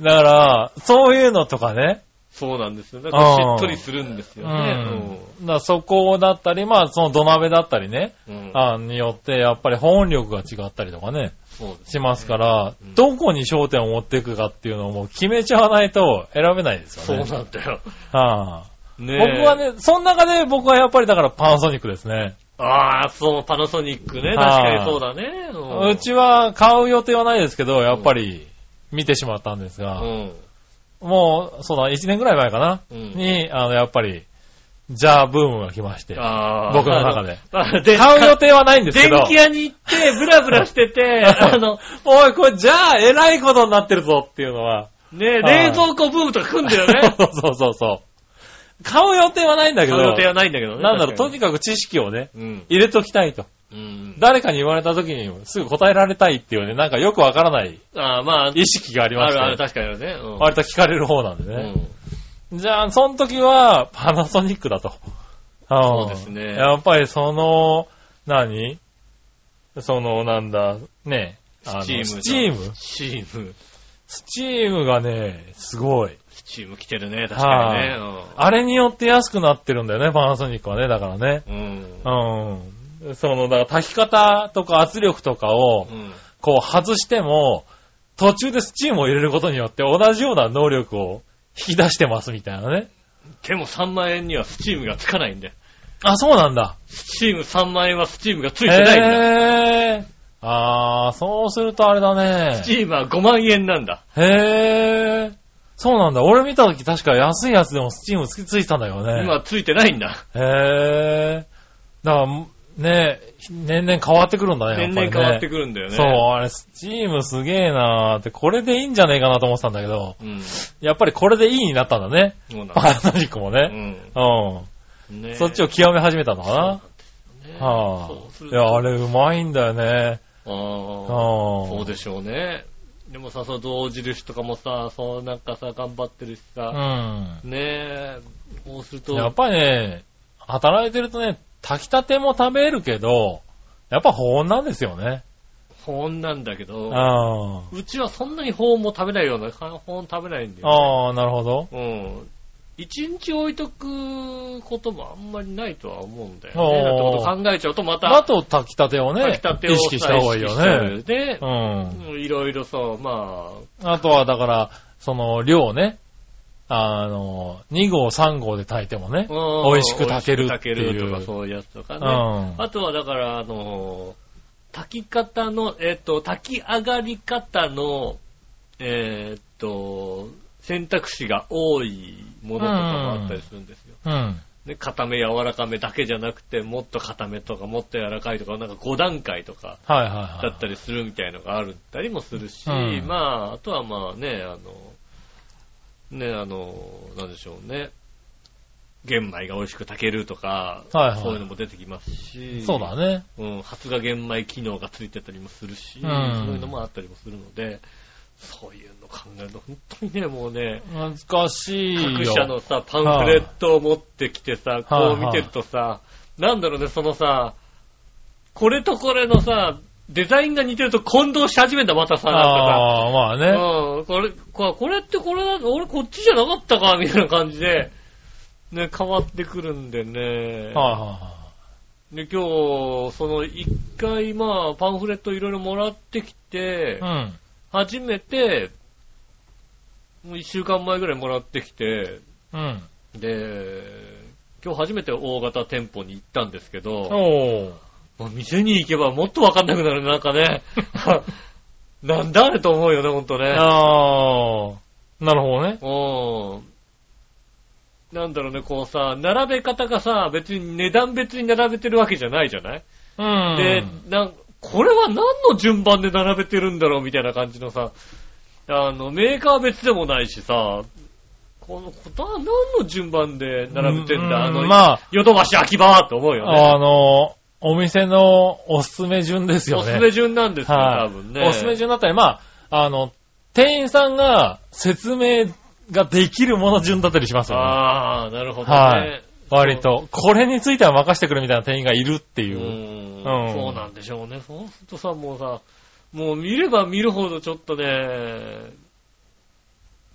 Speaker 3: だから、そういうのとかね。
Speaker 2: <laughs> そうなんですよ。だからしっとりするんです
Speaker 3: う
Speaker 2: よ
Speaker 3: ん。
Speaker 2: ね。
Speaker 3: だからそこだったり、まあその土鍋だったりね。
Speaker 2: うん。うん
Speaker 3: あによって、やっぱり保温力が違ったりとかね、
Speaker 2: そうです。
Speaker 3: しますから
Speaker 2: う、ん
Speaker 3: どこに焦点を持っていくかっていうのをもう決めちゃわないと選べないです
Speaker 2: そ
Speaker 3: よ
Speaker 2: う
Speaker 3: ね。
Speaker 2: なんだよ。
Speaker 3: はあ、
Speaker 2: ねえ
Speaker 3: 僕はね、その中で僕はやっぱりだからパナソニックですね。
Speaker 2: ああ、そう、パナソニックね。確かにそうだね。うん
Speaker 3: うちは買う予定はないですけど、やっぱり見てしまったんです
Speaker 2: う
Speaker 3: が、
Speaker 2: ん。
Speaker 3: もう、そうだ、1年ぐらい前かな、
Speaker 2: うん
Speaker 3: に、あの、やっぱり、ジャーブームが来まして、
Speaker 2: ああ。
Speaker 3: 僕の中で。
Speaker 2: <laughs> あの。で、
Speaker 3: 買う予定はないんですけ
Speaker 2: 電
Speaker 3: ど、
Speaker 2: 気屋に行って、ブラブラして <laughs> て、あの、
Speaker 3: おい、これ、じゃあ、えらいことになってるぞっていうのは、
Speaker 2: ね、
Speaker 3: はい
Speaker 2: 冷蔵庫ブームとか来んだよ <laughs> ね。
Speaker 3: <laughs> そうそうそうそう。買う予定はないんだけ
Speaker 2: 買
Speaker 3: ど、
Speaker 2: う予定はないんだけどね。
Speaker 3: なんだろう、と
Speaker 2: 確か
Speaker 3: にかく知識をね、
Speaker 2: にうん。
Speaker 3: 入れときたいと。
Speaker 2: うん。
Speaker 3: 誰かに言われた時にすぐ答えられたいっていうね、なんかよくわからない
Speaker 2: ああ、まあ、ある
Speaker 3: 意識がありまして、
Speaker 2: ある、確かにあるね。うん
Speaker 3: 割と聞かれる方なんで
Speaker 2: う
Speaker 3: ね。
Speaker 2: ん。
Speaker 3: じゃあ、その時はパナソニックだと。そ
Speaker 2: そうですね
Speaker 3: やっぱりその、何その、なんだ、ね、あの
Speaker 2: スチーム。
Speaker 3: スチーム
Speaker 2: スチーム。
Speaker 3: スチームがね、すごい。
Speaker 2: スチーム来てるね、確かにね。
Speaker 3: あれによって安くなってるんだよね、パナソニックはね、だからね。
Speaker 2: うん。うん。
Speaker 3: うん。その、だから炊き方とか圧力とかを、
Speaker 2: うん
Speaker 3: こう外しても、途中でスチームを入れることによって同じような能力を引き出してますみたいなね。
Speaker 2: でも3万円にはスチームがつかないんだよ。
Speaker 3: あ、そうなんだ。
Speaker 2: スチーム3万円はスチームがつい
Speaker 3: へ
Speaker 2: てないんだよ。
Speaker 3: ぇー。あー、そうするとあれだね
Speaker 2: ス。チームは5万円なんだ。
Speaker 3: へぇー。そうなんだ。俺見た時確か安いやつでもスチームつきついてたんだよね。
Speaker 2: 今ついてないんだ。
Speaker 3: へぇー。だから、ね、年々変わってくるんだね、や
Speaker 2: 年
Speaker 3: っぱり
Speaker 2: 々
Speaker 3: ね。
Speaker 2: 変わってくるんだよね。
Speaker 3: そう、あれ、スチームすげえなーって、これでいいんじゃねえかなと思ってたんだけど、
Speaker 2: う。うん。
Speaker 3: やっぱりこれでいいになったんだね。
Speaker 2: そうなん
Speaker 3: パ
Speaker 2: だ。
Speaker 3: ナソニックも
Speaker 2: う
Speaker 3: ね。
Speaker 2: ん
Speaker 3: うん。
Speaker 2: ね
Speaker 3: そっちを極め始めたのか
Speaker 2: ね
Speaker 3: なは
Speaker 2: そうす
Speaker 3: あ。
Speaker 2: る
Speaker 3: い
Speaker 2: と
Speaker 3: や、あれうまいんだよね。
Speaker 2: あ
Speaker 3: うん。
Speaker 2: ーそう
Speaker 3: う
Speaker 2: でしょうね。でもさ、その同印とかもさ、そうなんかさ、頑張ってるしさ、
Speaker 3: ん。
Speaker 2: ねえ、こうすると、
Speaker 3: やっぱりね、働いてるとね、炊きたても食べるけど、やっぱ保温なんですよね。
Speaker 2: 保温なんだけ
Speaker 3: う
Speaker 2: ど
Speaker 3: ん。、あ
Speaker 2: うちはそんなに保温も食べないような、保温食べないんだよね、
Speaker 3: あー、なるほど。
Speaker 2: うん。一日置いとくこともあんまりないとは思うんだよ
Speaker 3: お
Speaker 2: ね。
Speaker 3: ー
Speaker 2: だってこと考えちゃうとまた、
Speaker 3: あと炊きたてをね、
Speaker 2: 炊きたてを
Speaker 3: 意識した方がいいよね。
Speaker 2: で
Speaker 3: う、ん。
Speaker 2: うんいろいろさ、まあ、
Speaker 3: あとはだから、その量ね、あの、2号3号で炊いてもね、
Speaker 2: うん
Speaker 3: 美味しく炊ける
Speaker 2: 美
Speaker 3: っ
Speaker 2: 味し
Speaker 3: て
Speaker 2: く
Speaker 3: い
Speaker 2: 炊ける
Speaker 3: う。
Speaker 2: とかそういうやつとか
Speaker 3: う
Speaker 2: ね。
Speaker 3: ん。
Speaker 2: あとはだから、あのー炊き方の、えっ、と、炊き上がり方の、えっ、と、選択肢が多いものとかもあったりするんですよ。
Speaker 3: うん。
Speaker 2: ね、固め、柔らかめだけじゃなくて、もっと固めとか、もっと柔らかいとか、なんか5段階とか
Speaker 3: はいはいはい。
Speaker 2: だったりするみたいのがあるったりもするし、
Speaker 3: うん
Speaker 2: まあ、あとはまあね、あの、ね、あの、なんでしょうね。玄米が美味しく炊けるとか、
Speaker 3: はいはい
Speaker 2: そういうのも出てきますし。
Speaker 3: そうだね。
Speaker 2: うん、発芽玄米機能がついてたりもするし、
Speaker 3: うん
Speaker 2: そういうのもあったりもするので、そういうの考えると、本当にね、もうね、
Speaker 3: 難しいよ。
Speaker 2: 各社のさ、パンフレットを持ってきてさ、こう見てるとさ、なんだろうね、そのさ、これとこれのさ、デザインが似てると混同し始めた、またさ、なんか
Speaker 3: ああ、まあ
Speaker 2: さ。
Speaker 3: ね。
Speaker 2: うん、これ、ここれってこれだ、俺こっちじゃなかったか、みたいな感じで、ね、変わってくるんでね。
Speaker 3: はいは
Speaker 2: で、今日、その一回、まあ、パンフレットいろいろもらってきて
Speaker 3: い、はい。うん。
Speaker 2: 初めて、もう一週間前ぐらいもらってきて、
Speaker 3: うん。
Speaker 2: で、今日初めて大型店舗に行ったんですけど、
Speaker 3: おー。
Speaker 2: もう店に行けばもっとわかんなくなるねなんか
Speaker 3: <laughs>
Speaker 2: ね。なんだあれと思うよね、ほんとね。
Speaker 3: ああ、なるほどね。
Speaker 2: うん。なんだろうね、こうさ、並べ方がさ、別に値段別に並べてるわけじゃないじゃない
Speaker 3: うん。
Speaker 2: で、なんこれは何の順番で並べてるんだろうみたいな感じのさ、あの、メーカー別でもないしさ、この、こな何の順番で並べてんだ、あ
Speaker 3: う
Speaker 2: の、
Speaker 3: まあ、
Speaker 2: ヨドバシ秋葉と思うよね。
Speaker 3: あの、お店のおすすめ順ですよ
Speaker 2: お
Speaker 3: ね。
Speaker 2: すすめ順なんですよ、
Speaker 3: は
Speaker 2: 多
Speaker 3: い
Speaker 2: 分ね。
Speaker 3: おすすめ順だったり、まあ、あの、店員さんが説明ができるもの順だったりしますよね。
Speaker 2: ああ、なるほどね。
Speaker 3: はい割と。これについては任せてくれみたいな店員がいるっていうう。
Speaker 2: ん
Speaker 3: うん
Speaker 2: そうなんでしょうね。そうするとさ、もうさ、もう見れば見るほどちょっとね、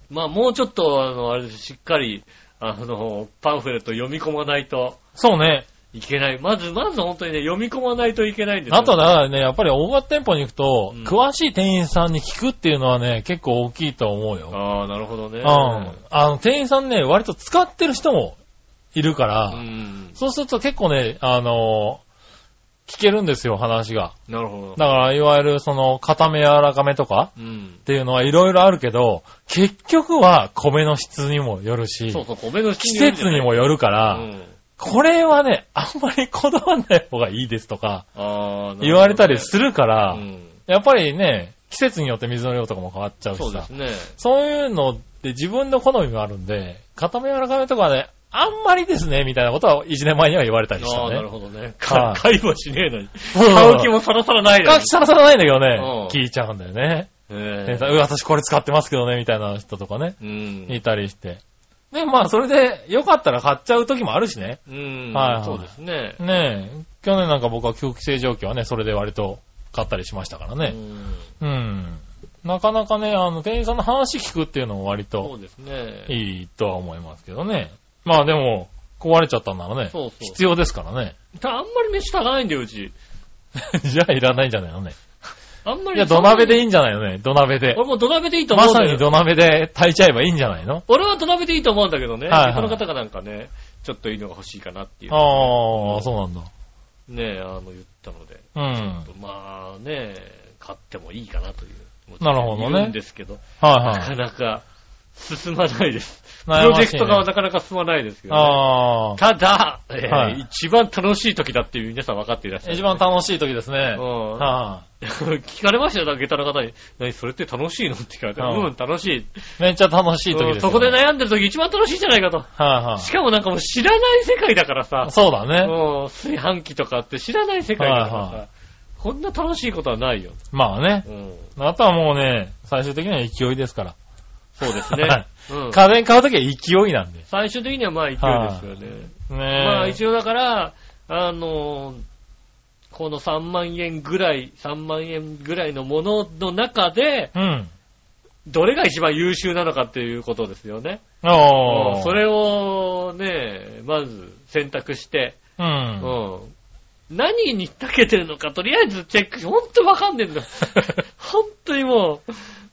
Speaker 2: まあもうちょっと、あの、あれですしっかり、あの、パンフレット読み込まないと
Speaker 3: そうね。
Speaker 2: いけない。まず、まず本当にね、読み込まないといけないんですよ
Speaker 3: あとはだからね、やっぱり大型店舗に行くと、
Speaker 2: うん
Speaker 3: 詳しい店員さんに聞くっていうのはね、結構大きいと思うよ。
Speaker 2: ああ、なるほどね。
Speaker 3: うん。あの、店員さんね、割と使ってる人もいるから、
Speaker 2: うん。
Speaker 3: そうすると結構ね、あの、聞けるんですよ、話が。
Speaker 2: なるほど。
Speaker 3: だから、いわゆるその、固め柔らかめとか
Speaker 2: うん
Speaker 3: っ。ていうのはいろいろあるけど、結局は米の質にもよるし、
Speaker 2: そうそう、米の
Speaker 3: 季節にもよるか
Speaker 2: あ
Speaker 3: ら、これはね、あんまりこだわんない方がいいですとか、
Speaker 2: あー
Speaker 3: 言われたりするか
Speaker 2: な
Speaker 3: ら、
Speaker 2: るほどね
Speaker 3: やっぱりね、季節によって水の量とかも変わっちゃ
Speaker 2: う。
Speaker 3: うんし
Speaker 2: そうで
Speaker 3: さ
Speaker 2: す、ね。
Speaker 3: そういうのって自分の好みもあるんで、固め柔らかめとかはね、あんまりですね、みたいなことは1年前には言われたりした
Speaker 2: ああ、なる
Speaker 3: ね。
Speaker 2: ほどね。
Speaker 3: はい
Speaker 2: 買いもしねえのに。
Speaker 3: うん
Speaker 2: 買う気もさらさらないの
Speaker 3: 深
Speaker 2: に
Speaker 3: き。さらさらないんだけど
Speaker 2: うん
Speaker 3: ね、聞いちゃうんだよね。
Speaker 2: え
Speaker 3: でうわ私これ使ってますけどね、みたいな人とかね、
Speaker 2: えうん。
Speaker 3: いたりして。で、まあ、それで、よかったら買っちゃう時もあるしね。
Speaker 2: うん
Speaker 3: はいは。い
Speaker 2: そうですね。
Speaker 3: ねえ、去年なんか僕は空気清浄機はね、それで割と買ったりしましたから
Speaker 2: う
Speaker 3: ね。
Speaker 2: ん
Speaker 3: うん。なかなかね、あの、店員さんの話聞くっていうのも割
Speaker 2: そ
Speaker 3: と
Speaker 2: うですね。
Speaker 3: いいとは思いますけどね。まあでも、壊れちゃったんならね、
Speaker 2: そうそう。
Speaker 3: 必要ですから
Speaker 2: <laughs>
Speaker 3: ね。
Speaker 2: たあんまり飯炊かないんだよ、うち。
Speaker 3: じゃあいらないんじゃないのね。
Speaker 2: あんま
Speaker 3: い
Speaker 2: り。
Speaker 3: や、土鍋でいいんじゃないのね、土鍋で。
Speaker 2: 俺も土鍋でいいと思
Speaker 3: ま
Speaker 2: うん
Speaker 3: さ
Speaker 2: だけ
Speaker 3: に
Speaker 2: ど。
Speaker 3: 土鍋で炊いちゃえばいいんじゃないの
Speaker 2: 俺は土鍋でいいと思うんだけどね。
Speaker 3: はいはい
Speaker 2: この方がなんかね、ちょっといいのが欲しいかなっていう。
Speaker 3: ああ、そうなんだ。
Speaker 2: ねえ、あの、言ったので。
Speaker 3: うん。
Speaker 2: まあね、買ってもいいかなという。
Speaker 3: なるほどね
Speaker 2: いるんですけど、
Speaker 3: はい
Speaker 2: な
Speaker 3: は
Speaker 2: か
Speaker 3: い。
Speaker 2: なか進まないです。プ
Speaker 3: 悩
Speaker 2: ロ
Speaker 3: ま
Speaker 2: ジ
Speaker 3: し
Speaker 2: ェク
Speaker 3: いね
Speaker 2: トがなかなか進まないですけどね、
Speaker 3: ああ。
Speaker 2: ただ、えー
Speaker 3: はい
Speaker 2: 一番楽しい時だっていう皆さん分かっていらっしゃる。
Speaker 3: 一番楽しい時ですね。
Speaker 2: うん
Speaker 3: は
Speaker 2: 聞かれましたよ、下駄の方に。何、それって楽しいのって聞かれて。
Speaker 3: うん
Speaker 2: うん、楽しい。
Speaker 3: い。めっちゃ楽しい時ですよ、
Speaker 2: うんそこで悩んでる時一番楽しいじゃないかと。
Speaker 3: はいはい
Speaker 2: しかもなんかもう知らない世界だからさ。
Speaker 3: そうだね。
Speaker 2: もう炊飯器とかって知らない世界だから
Speaker 3: はいは
Speaker 2: さ。こんな楽しいことはないよ。
Speaker 3: まあね。
Speaker 2: うん。
Speaker 3: あとはもうね、最終的には勢いですから。
Speaker 2: そうですね。
Speaker 3: はい
Speaker 2: うん。
Speaker 3: 家電買うときは勢いなんで。ね
Speaker 2: 最終的にはまあ勢いですよね。
Speaker 3: え。
Speaker 2: まあ一応だから、あのーこの3万円ぐらい、3万円ぐらいのものの中で、
Speaker 3: うん。
Speaker 2: どれが一番優秀なのかっていうことですよね。
Speaker 3: おー。
Speaker 2: それをね、まず選択して、
Speaker 3: う。
Speaker 2: うんん。何に長けてるのか、とりあえずチェックし、ほんとわかんねえんだ。
Speaker 3: <laughs>
Speaker 2: ほんとにも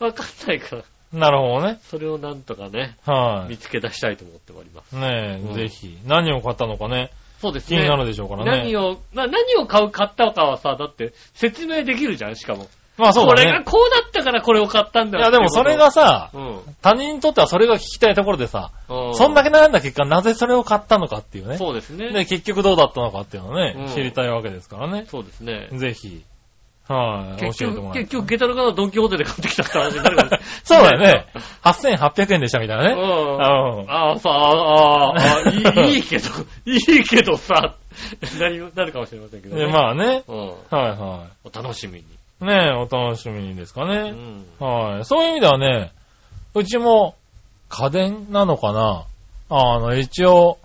Speaker 2: う、わかんないから、
Speaker 3: なるほどね。
Speaker 2: それをなんとかね、
Speaker 3: は
Speaker 2: 見つけ出したいと思っております。
Speaker 3: い。ね
Speaker 2: うん
Speaker 3: え、ぜひ。何を買ったのかね、
Speaker 2: そうです
Speaker 3: 気
Speaker 2: ね。
Speaker 3: になるでしょうからね。
Speaker 2: 何を、な何を買う、買ったかはさ、だって説明できるじゃん、しかも。
Speaker 3: まあそうだ
Speaker 2: これが
Speaker 3: ね。
Speaker 2: こうだったからこれを買ったん
Speaker 3: い
Speaker 2: だ
Speaker 3: やでもそれ
Speaker 2: っ
Speaker 3: がさ
Speaker 2: て、いうこ
Speaker 3: 他人にとってはそれが聞きたいところでさ、
Speaker 2: と、うん。
Speaker 3: そんだけ悩んだ結果、なぜそれを買ったのかっていうね。
Speaker 2: そうですね。
Speaker 3: で、結局どうだったのかっていうのを
Speaker 2: うん
Speaker 3: ね、知りたいわけですからね。
Speaker 2: そうですね。
Speaker 3: ぜひ。はい、
Speaker 2: 結
Speaker 3: 教えても
Speaker 2: 局、結
Speaker 3: らいたい
Speaker 2: 局、ゲタルカのドンキホーテで買ってきたって話になるから。
Speaker 3: そうだよね。8800円でしたみたいな
Speaker 2: う
Speaker 3: ね。
Speaker 2: ん。
Speaker 3: うん。
Speaker 2: ああ、さあ、ああ、いいいいけど、いいけどさ、 <laughs> なり、なるかもしれませんけど、
Speaker 3: で、まあね。
Speaker 2: うん。
Speaker 3: はいは
Speaker 2: お楽しみに。
Speaker 3: い。ねえ、お楽しみにですか
Speaker 2: う
Speaker 3: ね。
Speaker 2: ん。
Speaker 3: はい。そういう意味ではね、うちも家電なのかなあの、一応、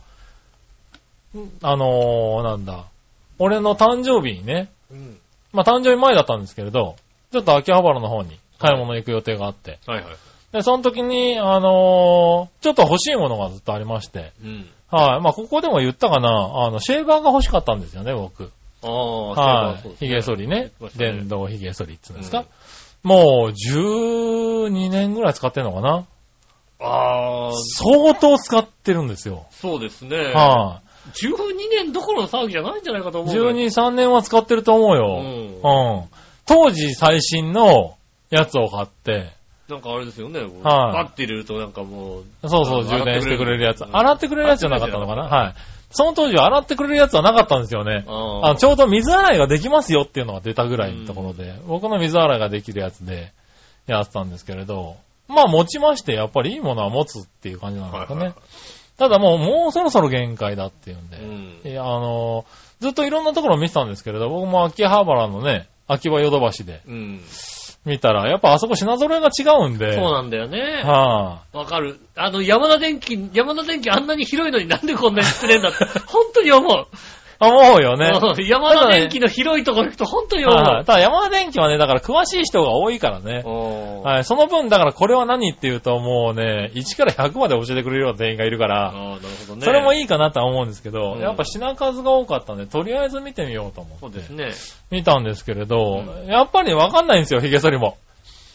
Speaker 3: あのーなんだ。俺の誕生日にね、
Speaker 2: うん。
Speaker 3: まあ誕生日前だったんですけれど、ちょっと秋葉原の方に買い物行く予定があって。
Speaker 2: はいはい。
Speaker 3: で、その時に、あのーちょっと欲しいものがずっとありまして。
Speaker 2: うん。
Speaker 3: はい。まあ、ここでも言ったかな。あの、シェーバーが欲しかったんですよね、僕。
Speaker 2: ああ、
Speaker 3: は
Speaker 2: そうだそう
Speaker 3: い。
Speaker 2: です
Speaker 3: 髭剃りね
Speaker 2: 言ってまし。たね
Speaker 3: 電動髭剃りって言うんです
Speaker 2: う
Speaker 3: か
Speaker 2: ん。
Speaker 3: もう、12年ぐらい使ってんのかな
Speaker 2: ああ、
Speaker 3: 相当使ってるんですよ。
Speaker 2: そうですね。
Speaker 3: は
Speaker 2: 12年どころの騒ぎじゃないんじゃないかと
Speaker 3: い。
Speaker 2: 思う。
Speaker 3: 12、3年は使ってると思う
Speaker 2: う
Speaker 3: よ。
Speaker 2: ん。
Speaker 3: うん。当時最新のやつを買って、
Speaker 2: なんかあれですよね。はい。
Speaker 3: はい
Speaker 2: バッて入れるとなんかもう、
Speaker 3: そうそ
Speaker 2: あ
Speaker 3: う、充電してくれるやつ。
Speaker 2: 洗
Speaker 3: 洗
Speaker 2: っ
Speaker 3: ってて
Speaker 2: く
Speaker 3: く
Speaker 2: れ
Speaker 3: れ
Speaker 2: る
Speaker 3: る
Speaker 2: や
Speaker 3: や
Speaker 2: つ
Speaker 3: つじゃなかったのかなはい。その当時は洗ってくれるやつはなかったんですよね。
Speaker 2: あ
Speaker 3: あ
Speaker 2: あ
Speaker 3: ちょうど水洗いができますよっていうのが出たぐらいのところで、僕の水洗いができるやつでやってたんですけれど、まあ持ちまして、やっぱりいいものは持つっていう感じなんですか
Speaker 2: はいはい
Speaker 3: ね。ただもう、もうそろそろ限界だっていうん
Speaker 2: う
Speaker 3: で、
Speaker 2: ん。
Speaker 3: いやあのー、ずっといろんなところを見てたんですけれど、僕も秋葉原のね、秋葉ヨドバシで
Speaker 2: うん。
Speaker 3: 見たら、やっぱあそこ品揃えが違うんで、
Speaker 2: そうなんだよね。
Speaker 3: は
Speaker 2: わかる。あの、山田電機、山田電機あんなに広いのになんでこんなに失礼
Speaker 3: <laughs>
Speaker 2: なんだって、本当に思う。
Speaker 3: あ、思うよね。
Speaker 2: うん山田電機の広いところ行くと本当に思う。
Speaker 3: はいただ山田電機はね、だから詳しい人が多いからね。
Speaker 2: おー
Speaker 3: はい、その分、だからこれは何っていうと、もうね、1から100まで教えてくれるような店員がいるから、
Speaker 2: ああ、なるほどね。
Speaker 3: それも
Speaker 2: い。
Speaker 3: いいかなとは思うんですけど、
Speaker 2: うん
Speaker 3: やっぱ品数が多かったんで、とりあえず見てみようと思
Speaker 2: そう
Speaker 3: っ
Speaker 2: です
Speaker 3: て、
Speaker 2: ね。
Speaker 3: 見たんですけれど、
Speaker 2: うん
Speaker 3: やっぱりわかんないんですよ、髭剃りも。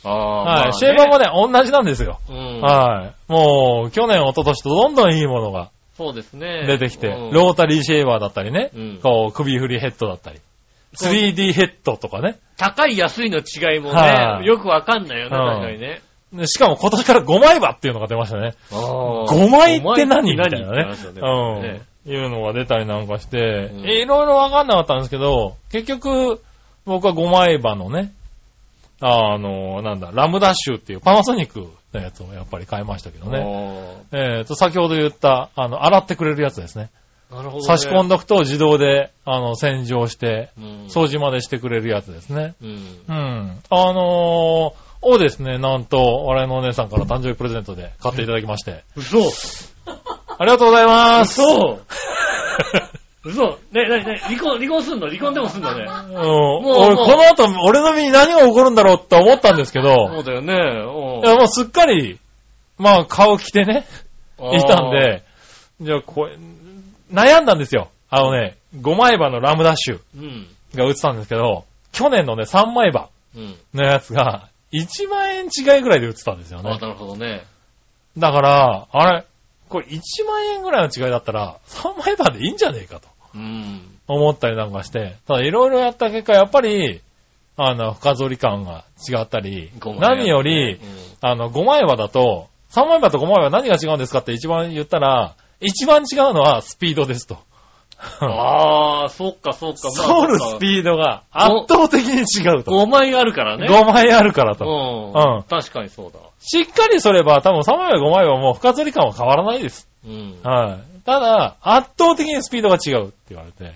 Speaker 2: ああ
Speaker 3: はい、シェーバーもね、同じなんですよ。
Speaker 2: うん。
Speaker 3: はい。もう、去年、一昨年とどんどんいいものが
Speaker 2: そうですね。
Speaker 3: 出てきて、
Speaker 2: うん
Speaker 3: ロータリーシェーバーだったりね、
Speaker 2: うん
Speaker 3: こう、首振りヘッドだったり、 3D ヘッドとかね。
Speaker 2: 高い安いの違いも
Speaker 3: は
Speaker 2: ね、
Speaker 3: い
Speaker 2: よくわかんないよね、
Speaker 3: うん
Speaker 2: 確かにね。
Speaker 3: でしかも今年から5枚刃っていうのが出ましたね。
Speaker 2: 5
Speaker 3: 5枚って何みたいなね。
Speaker 2: うん。
Speaker 3: うん。いうのが出たりなんかして、
Speaker 2: うん
Speaker 3: いろいろわかんなかったんですけど、結局、僕は5枚刃のね、あの、なんだ、ラムダッシュっていうパナソニックのやつをやっぱり買いましたけどね。
Speaker 2: ね。
Speaker 3: えっ、と、先ほど言った、あの、洗ってくれるやつですね。
Speaker 2: なるほどね。
Speaker 3: 差し込んどくと自動で、あの、洗浄して、
Speaker 2: うん
Speaker 3: 掃除までしてくれるやつですね。
Speaker 2: うん。
Speaker 3: うん。あのー、をですね、なんと、我々のお姉さんから誕生日プレゼントで買っていただきまして、
Speaker 2: 嘘
Speaker 3: ありがとうございます
Speaker 2: 嘘嘘ね、なになに離婚、離婚すんの離婚でもすんのね。
Speaker 3: <laughs> うん、
Speaker 2: う
Speaker 3: 俺、
Speaker 2: もう
Speaker 3: この後、俺の身に何が起こるんだろうって思ったんですけ
Speaker 2: そう
Speaker 3: ど、
Speaker 2: だよね。
Speaker 3: いや、もうすっかり、まあ、顔着てね、
Speaker 2: うん
Speaker 3: いたん。で、じゃあ、これ、悩んだんですよ。あのね、5枚刃のラムダッシュ
Speaker 2: うん。
Speaker 3: が売ってたんですけど、去年のね、3枚刃
Speaker 2: うん。
Speaker 3: のやつが、1万円違いぐらいで売ってたんですよ
Speaker 2: あ
Speaker 3: ね。
Speaker 2: なるほどね。
Speaker 3: だから、あれ、これ1万円ぐらいの違いだったら、3枚刃でいいんじゃねえかと
Speaker 2: うん。
Speaker 3: 思ったりなんかして、ただいろいろやった結果、やっぱり、あの、深ぞり感が違ったり、
Speaker 2: ごまね
Speaker 3: 何より、あの、5枚刃だと、3枚刃と5枚刃何が違うんですかって一番言ったら、一番違うのはスピードですと。
Speaker 2: うん
Speaker 3: <laughs>
Speaker 2: ああ、そっかそっか。まあ
Speaker 3: ソウル
Speaker 2: そっ
Speaker 3: ス
Speaker 2: か
Speaker 3: ピードが圧倒的に違うと。
Speaker 2: 5枚あるからね。
Speaker 3: 5枚あるからと。
Speaker 2: う
Speaker 3: うんん。
Speaker 2: 確かにそうだ。
Speaker 3: しっかりすれば多分3枚は5枚はもう深釣り感は変わらないです。
Speaker 2: うん。
Speaker 3: はい。ただ、圧倒的にスピードが違うって言われて。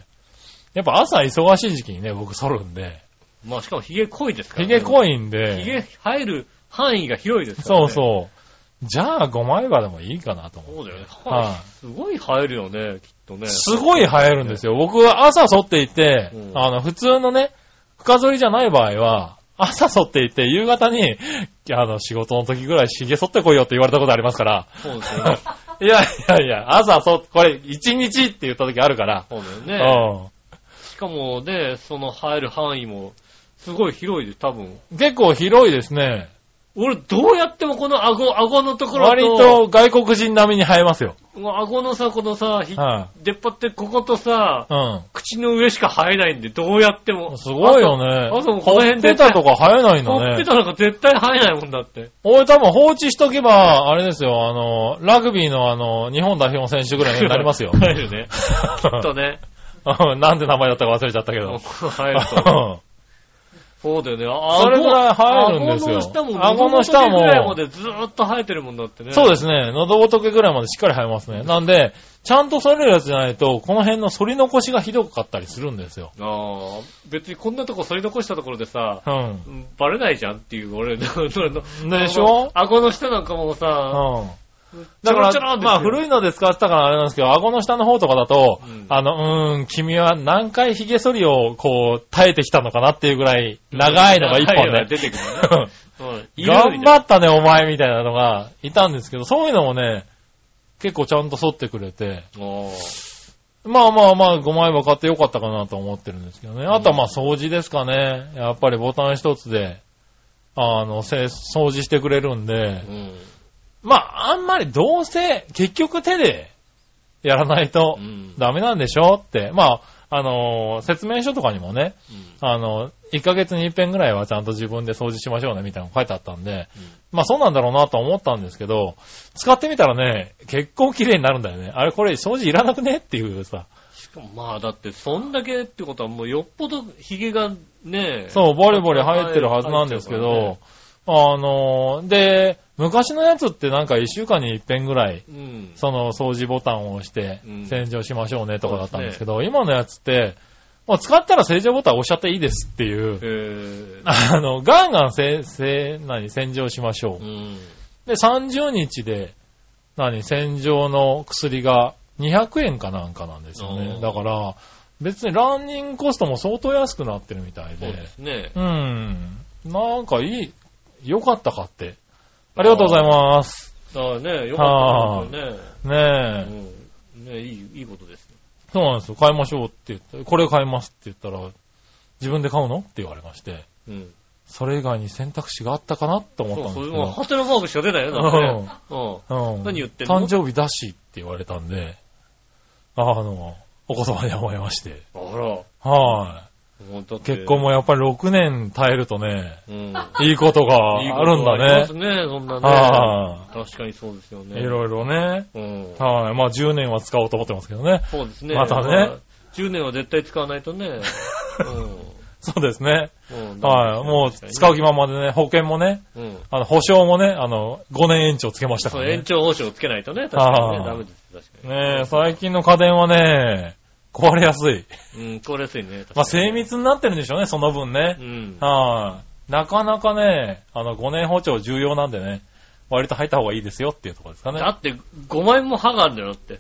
Speaker 3: やっぱ朝忙しい時期にね、僕剃るんで。
Speaker 2: まあしかも髭濃いですから
Speaker 3: ヒ
Speaker 2: ね。
Speaker 3: ゲ濃いんで。
Speaker 2: 髭入る範囲が広いですからね。
Speaker 3: そうそう。じゃあ5枚刃でもいいかなと
Speaker 2: そ
Speaker 3: 思
Speaker 2: う
Speaker 3: って。
Speaker 2: だよね。
Speaker 3: は
Speaker 2: すごい入るよね、きっとね。
Speaker 3: い。すごい生えるんですよ。僕は朝剃っていて
Speaker 2: う、ん
Speaker 3: あの、普通のね、深剃りじゃない場合は、朝剃っていて、夕方に、あの、仕事の時ぐらい髭剃ってこいよって言われたことありますから。
Speaker 2: そうですよね。
Speaker 3: いやいやいや、朝剃って、これ1日って言った時あるから。
Speaker 2: そうだ
Speaker 3: <laughs> う
Speaker 2: よね。
Speaker 3: ん。
Speaker 2: しかもね、その入る範囲も、すごい広いで、多分。
Speaker 3: 結構広いですね。
Speaker 2: 俺、どうやってもこの顎、顎のところ
Speaker 3: 割と外国人並みに生えますよ。
Speaker 2: もう顎のさ、このさ、ひ
Speaker 3: は
Speaker 2: 出っ張ってこことさ、
Speaker 3: い。うん。
Speaker 2: 口の上しか生えないんで、どうやっても。
Speaker 3: すごいよ
Speaker 2: あとあ
Speaker 3: ね。
Speaker 2: ともうこの辺
Speaker 3: ペ
Speaker 2: で。
Speaker 3: タとか生えない
Speaker 2: ほ
Speaker 3: の
Speaker 2: っ
Speaker 3: ね
Speaker 2: ぺ。たなんか絶対生えないもんだって。。
Speaker 3: 俺多分放置しとけば、あれですよ、あの、ラグビーのあの、日本代表の選手ぐらいに <laughs> なりますよ
Speaker 2: <laughs> 生えるね。きっと
Speaker 3: <laughs>
Speaker 2: ね。
Speaker 3: うんなんで名前だったか忘れちゃったけ
Speaker 2: もう
Speaker 3: ど。
Speaker 2: 生えると思う。
Speaker 3: うん
Speaker 2: そうだよね。あ
Speaker 3: それぐらい生えるんですよ
Speaker 2: 顎
Speaker 3: 顎
Speaker 2: の
Speaker 3: の
Speaker 2: 下
Speaker 3: 下
Speaker 2: も、
Speaker 3: も
Speaker 2: ぐらいまでずーっと生えてるもんだってね。。
Speaker 3: <laughs> そうですすね、喉仏ぐらいまでしっかり生えますね。なんで、ちゃんと剃れるやつじゃないと、この辺の剃り残しがひどかったりするんですよ。
Speaker 2: ああ、別にこんなとこ剃り残したところでさ、
Speaker 3: うん。
Speaker 2: バレないじゃんっていう、俺の、 <laughs> 俺の
Speaker 3: でしょ
Speaker 2: 顎の下なんかもさ、
Speaker 3: うん。だか
Speaker 2: ちょろちょろ
Speaker 3: ら、
Speaker 2: ですよ
Speaker 3: まあ古いので使ってたからあれなんですけど、顎の下の方とかだと、
Speaker 2: うん
Speaker 3: あの、うーん、君は何回髭剃りをこう耐えてきたのかなっていうぐらい、長いのが一本
Speaker 2: 長いのが
Speaker 3: ね。
Speaker 2: 出てくるね
Speaker 3: <laughs>
Speaker 2: うん
Speaker 3: 頑張ったね、お前みたいなのがいたんですけど、そういうのもね、結構ちゃんと剃ってくれて、
Speaker 2: おー
Speaker 3: まあまあまあ、5枚は買ってよかったかなと思ってるんですけどね。あとはまあ掃除ですかね。やっぱりボタン一つで、あの、せ掃除してくれるんで、
Speaker 2: うん
Speaker 3: まあ、あんまりどうせ、結局手でやらないと
Speaker 2: うん
Speaker 3: ダメなんでしょって。まあ、あのー説明書とかにもね、
Speaker 2: うん
Speaker 3: あの1ヶ月に一遍ぐらいはちゃんと自分で掃除しましょうねみたいなの書いてあったんで、まあそうなんだろうなと思ったんですけど、使ってみたらね、結構綺麗になるんだよね。あれこれ掃除いらなくねっていうさ。
Speaker 2: しかもまあだってそんだけってことはもうよっぽどヒゲがね、
Speaker 3: そう、ボリボリ入ってるはずなんですけど、あのーで、昔のやつってなんか一週間に一遍ぐらい
Speaker 2: うん。
Speaker 3: その掃除ボタンを押して
Speaker 2: うん
Speaker 3: 洗浄しましょうねとかだったんですけど、今のやつって、もう使ったら洗浄ボタン押しちゃっていいですっていう、
Speaker 2: えー
Speaker 3: あの、ガンガンせ、せ、何、洗浄しましょう
Speaker 2: う。ん。
Speaker 3: で、30日で、何、洗浄の薬が200円かなんかなんですよ
Speaker 2: お
Speaker 3: ね
Speaker 2: ー。
Speaker 3: だから、別にランニングコストも相当安くなってるみたい
Speaker 2: そう
Speaker 3: で、
Speaker 2: ですね。
Speaker 3: うん、なんかいい、良かったかって。ありがとうございます。
Speaker 2: だからね、よかったです
Speaker 3: ね
Speaker 2: よ
Speaker 3: え。
Speaker 2: ね。うん。ねいい、いいことですよ。
Speaker 3: そうなんですよ。買いましょうって言って、これ買いますって言ったら、自分で買うのって言われまして、
Speaker 2: うん。
Speaker 3: それ以外に選択肢があったかなと思
Speaker 2: そ
Speaker 3: った
Speaker 2: う、
Speaker 3: ん
Speaker 2: それ
Speaker 3: ですけ
Speaker 2: も
Speaker 3: ど
Speaker 2: ハテナマークしか出ないよ、だってね。うん。
Speaker 3: うん。
Speaker 2: 何言ってんの
Speaker 3: 誕生日だしって言われたんで、あの、お言葉で思いまして。
Speaker 2: あら。
Speaker 3: は
Speaker 2: もうだって
Speaker 3: 結婚。もやっぱり6年耐えるとね、
Speaker 2: うん。
Speaker 3: いいことが
Speaker 2: いい
Speaker 3: ある
Speaker 2: こ
Speaker 3: んだ
Speaker 2: とありま
Speaker 3: ね
Speaker 2: す。ね、そんなね。
Speaker 3: は
Speaker 2: 確かにそうですよね。
Speaker 3: い。いろいろね。
Speaker 2: うん。
Speaker 3: はい。まあ10年は使おうと思ってますけどね。 <laughs>
Speaker 2: そうですね。
Speaker 3: またね
Speaker 2: あ。10年は絶対使わないと
Speaker 3: <laughs>
Speaker 2: ね。
Speaker 3: そうですね。
Speaker 2: うん。うん
Speaker 3: はい。もう使う気。満々でね、保険もね、
Speaker 2: うん。
Speaker 3: あの、保証もね、あの、5年延長つけましたか
Speaker 2: そ
Speaker 3: ら
Speaker 2: う、
Speaker 3: ね。
Speaker 2: 延長保証をつけないとね、確かに
Speaker 3: あ
Speaker 2: ね、
Speaker 3: ー
Speaker 2: ダメです。確か
Speaker 3: ねえ、最近の家電はね、壊れやすい。
Speaker 2: に。うん、これ安いね。確か
Speaker 3: まあ、
Speaker 2: に
Speaker 3: 精。密になってるんでしょうね、その分
Speaker 2: う
Speaker 3: ね。
Speaker 2: ん。
Speaker 3: はい。なかなかね、あの、5年包丁重要なんでね、割と入った方がいいですよっていうところですかね
Speaker 2: だ。って、5枚も歯があるんだよ、だって。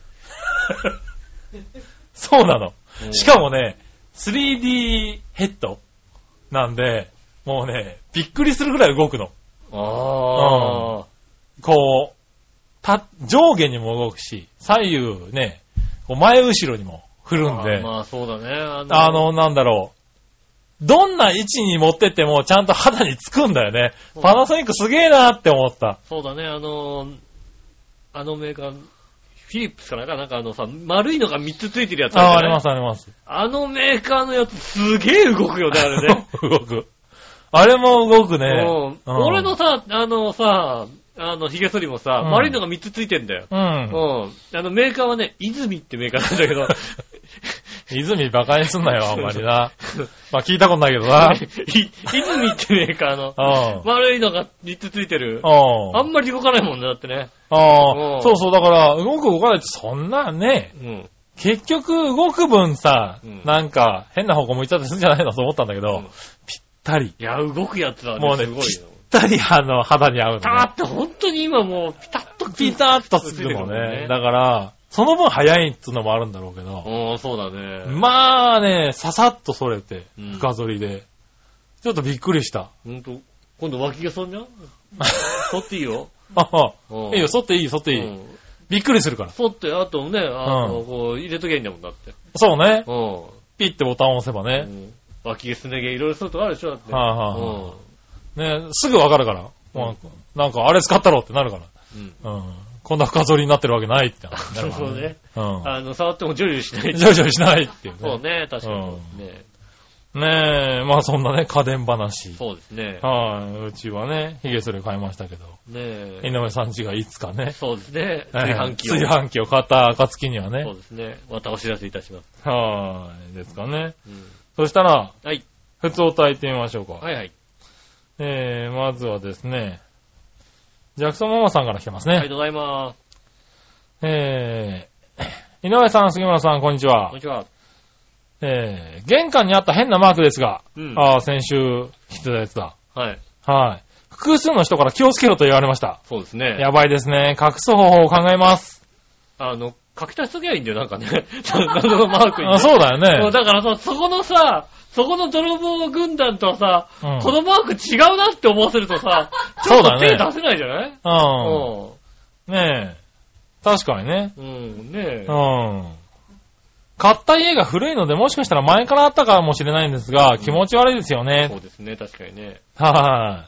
Speaker 3: そうなの
Speaker 2: う。ん
Speaker 3: しかもね、3D ヘッドなんで、もうね、びっくりするぐらい動くの。
Speaker 2: ああ。
Speaker 3: こう、た、上下にも動くし、左右ね、こう前後ろにも振るんで。
Speaker 2: あーまあ、そうだね。あ
Speaker 3: あの、なんだろう。どんな位置に持ってってもちゃんと肌につくんだよね。
Speaker 2: そう
Speaker 3: パナソニックすげえなって思った。
Speaker 2: そうだね、あの、あのメーカー、フィリップスかなんか、なんかあのさ、丸いのが3つついてるやつ
Speaker 3: ああ、
Speaker 2: あ
Speaker 3: あ
Speaker 2: る
Speaker 3: り
Speaker 2: じゃない
Speaker 3: ますあります。
Speaker 2: あのメーカーのやつすげえ動くよね、あ
Speaker 3: <laughs>
Speaker 2: れね。
Speaker 3: 動く。あれも動くね。
Speaker 2: うん俺のさ、あのさ、あの、髭剃りもさ、
Speaker 3: うん
Speaker 2: 丸いのが3つついてんだよ。
Speaker 3: う。
Speaker 2: うんん。あの、メーカーはね、泉ってメーカーなんだけど、
Speaker 3: 泉バカにすんなよ、あんまりな。 <laughs> まあ聞いたことないけ
Speaker 2: <laughs>
Speaker 3: どな。
Speaker 2: い泉ってメーカーの、
Speaker 3: うん。
Speaker 2: 丸いのが3つついてる。あ
Speaker 3: うん
Speaker 2: んまり動かないもんね、だってね。う
Speaker 3: あ
Speaker 2: ん
Speaker 3: あ、そうそう、だから、動く動かないってそんなね、
Speaker 2: うん。
Speaker 3: 結局動く分さ
Speaker 2: うん、
Speaker 3: なんか変な方向向いちゃってするんじゃないのと思ったんだけ
Speaker 2: うん
Speaker 3: ど、ぴったり、
Speaker 2: いや、動くやつは
Speaker 3: も
Speaker 2: ね、
Speaker 3: うね
Speaker 2: すごいよ。
Speaker 3: ぴったりあの肌に合うのね
Speaker 2: ピターって本当に今もう、ピタッと
Speaker 3: ピタッとするもんね。だから、その分早いっつうのもあるんだろうけど、
Speaker 2: うん、そうだね。
Speaker 3: まあね、ささっとそれて
Speaker 2: うん、
Speaker 3: 深剃りで。ちょっとびっくりした。
Speaker 2: ほんと、今度脇毛剃ん
Speaker 3: <laughs>
Speaker 2: じゃん剃っていいよ。
Speaker 3: ああ
Speaker 2: うん
Speaker 3: いいよ、剃っていい、剃っていい。
Speaker 2: うん
Speaker 3: びっくりするから。
Speaker 2: 剃って、あとね、あの、
Speaker 3: う
Speaker 2: こう、入れときゃいいんだもんだって。
Speaker 3: そうね。
Speaker 2: う
Speaker 3: ピッてボタンを押せば
Speaker 2: んう
Speaker 3: ね。
Speaker 2: ん。脇毛、すね毛、いろいろそういうとこあるでしょ、だって。
Speaker 3: はいはいはね、すぐわかるから。もうなんか、あれ使ったろってなるか
Speaker 2: うん。うん。
Speaker 3: ら。うん。こんな深剃りになってるわけないってなるか
Speaker 2: そ
Speaker 3: ら
Speaker 2: うね。。
Speaker 3: う <laughs>
Speaker 2: あの、触ってもジョリジョリしない
Speaker 3: ん。。徐々にしないっていう
Speaker 2: そう
Speaker 3: ね。
Speaker 2: ね、確かに。ね
Speaker 3: ねえ、まあそんなね、家電話。
Speaker 2: そうですね。
Speaker 3: はい、うちはね、ヒゲ剃り買いましたけど、
Speaker 2: ね
Speaker 3: 井上さんちがいつかね、
Speaker 2: そうですね。
Speaker 3: えー
Speaker 2: 炊飯器を。
Speaker 3: <laughs> 炊飯器を買った暁には
Speaker 2: そ
Speaker 3: ね
Speaker 2: う、ですね。またお知らせいたします。
Speaker 3: はい、ですかね。
Speaker 2: うん
Speaker 3: そしたら、
Speaker 2: はい。
Speaker 3: 普通を炊いてみましょうか。
Speaker 2: はいはい。
Speaker 3: えー、まずはですね、ジャクソンママさんから来てますね。
Speaker 2: ありがとうございます。
Speaker 3: えー、井上さん、杉村さん、こんにちは。
Speaker 2: こんにちは。
Speaker 3: えー、玄関にあった変なマークですが、
Speaker 2: うん。
Speaker 3: ああ、先週来てたやつだ。
Speaker 2: はい。
Speaker 3: はい。複数の人から気をつけろと言われました。
Speaker 2: そうですね。
Speaker 3: やばいですね。隠す方法を考えます。
Speaker 2: あの、書き足しときゃいいんだよ、なんかね。 <laughs> 謎のマークに。
Speaker 3: あそうだよね。
Speaker 2: そうだからさ、そこのさ、そこの泥棒軍団とはさ、
Speaker 3: うん
Speaker 2: このマーク違うなって思わせると
Speaker 3: <laughs>
Speaker 2: さ、ちょ
Speaker 3: そ
Speaker 2: っ
Speaker 3: う
Speaker 2: と
Speaker 3: だ
Speaker 2: 手
Speaker 3: ね
Speaker 2: 出せないじゃない
Speaker 3: うん。ねえ。確かにね。
Speaker 2: うん。うん、ねえ
Speaker 3: う。ん。買った家が古いので、もしかしたら前からあったかもしれないんですが、気持ち悪いですよ
Speaker 2: そ
Speaker 3: ね。
Speaker 2: うですね、確かにね。
Speaker 3: は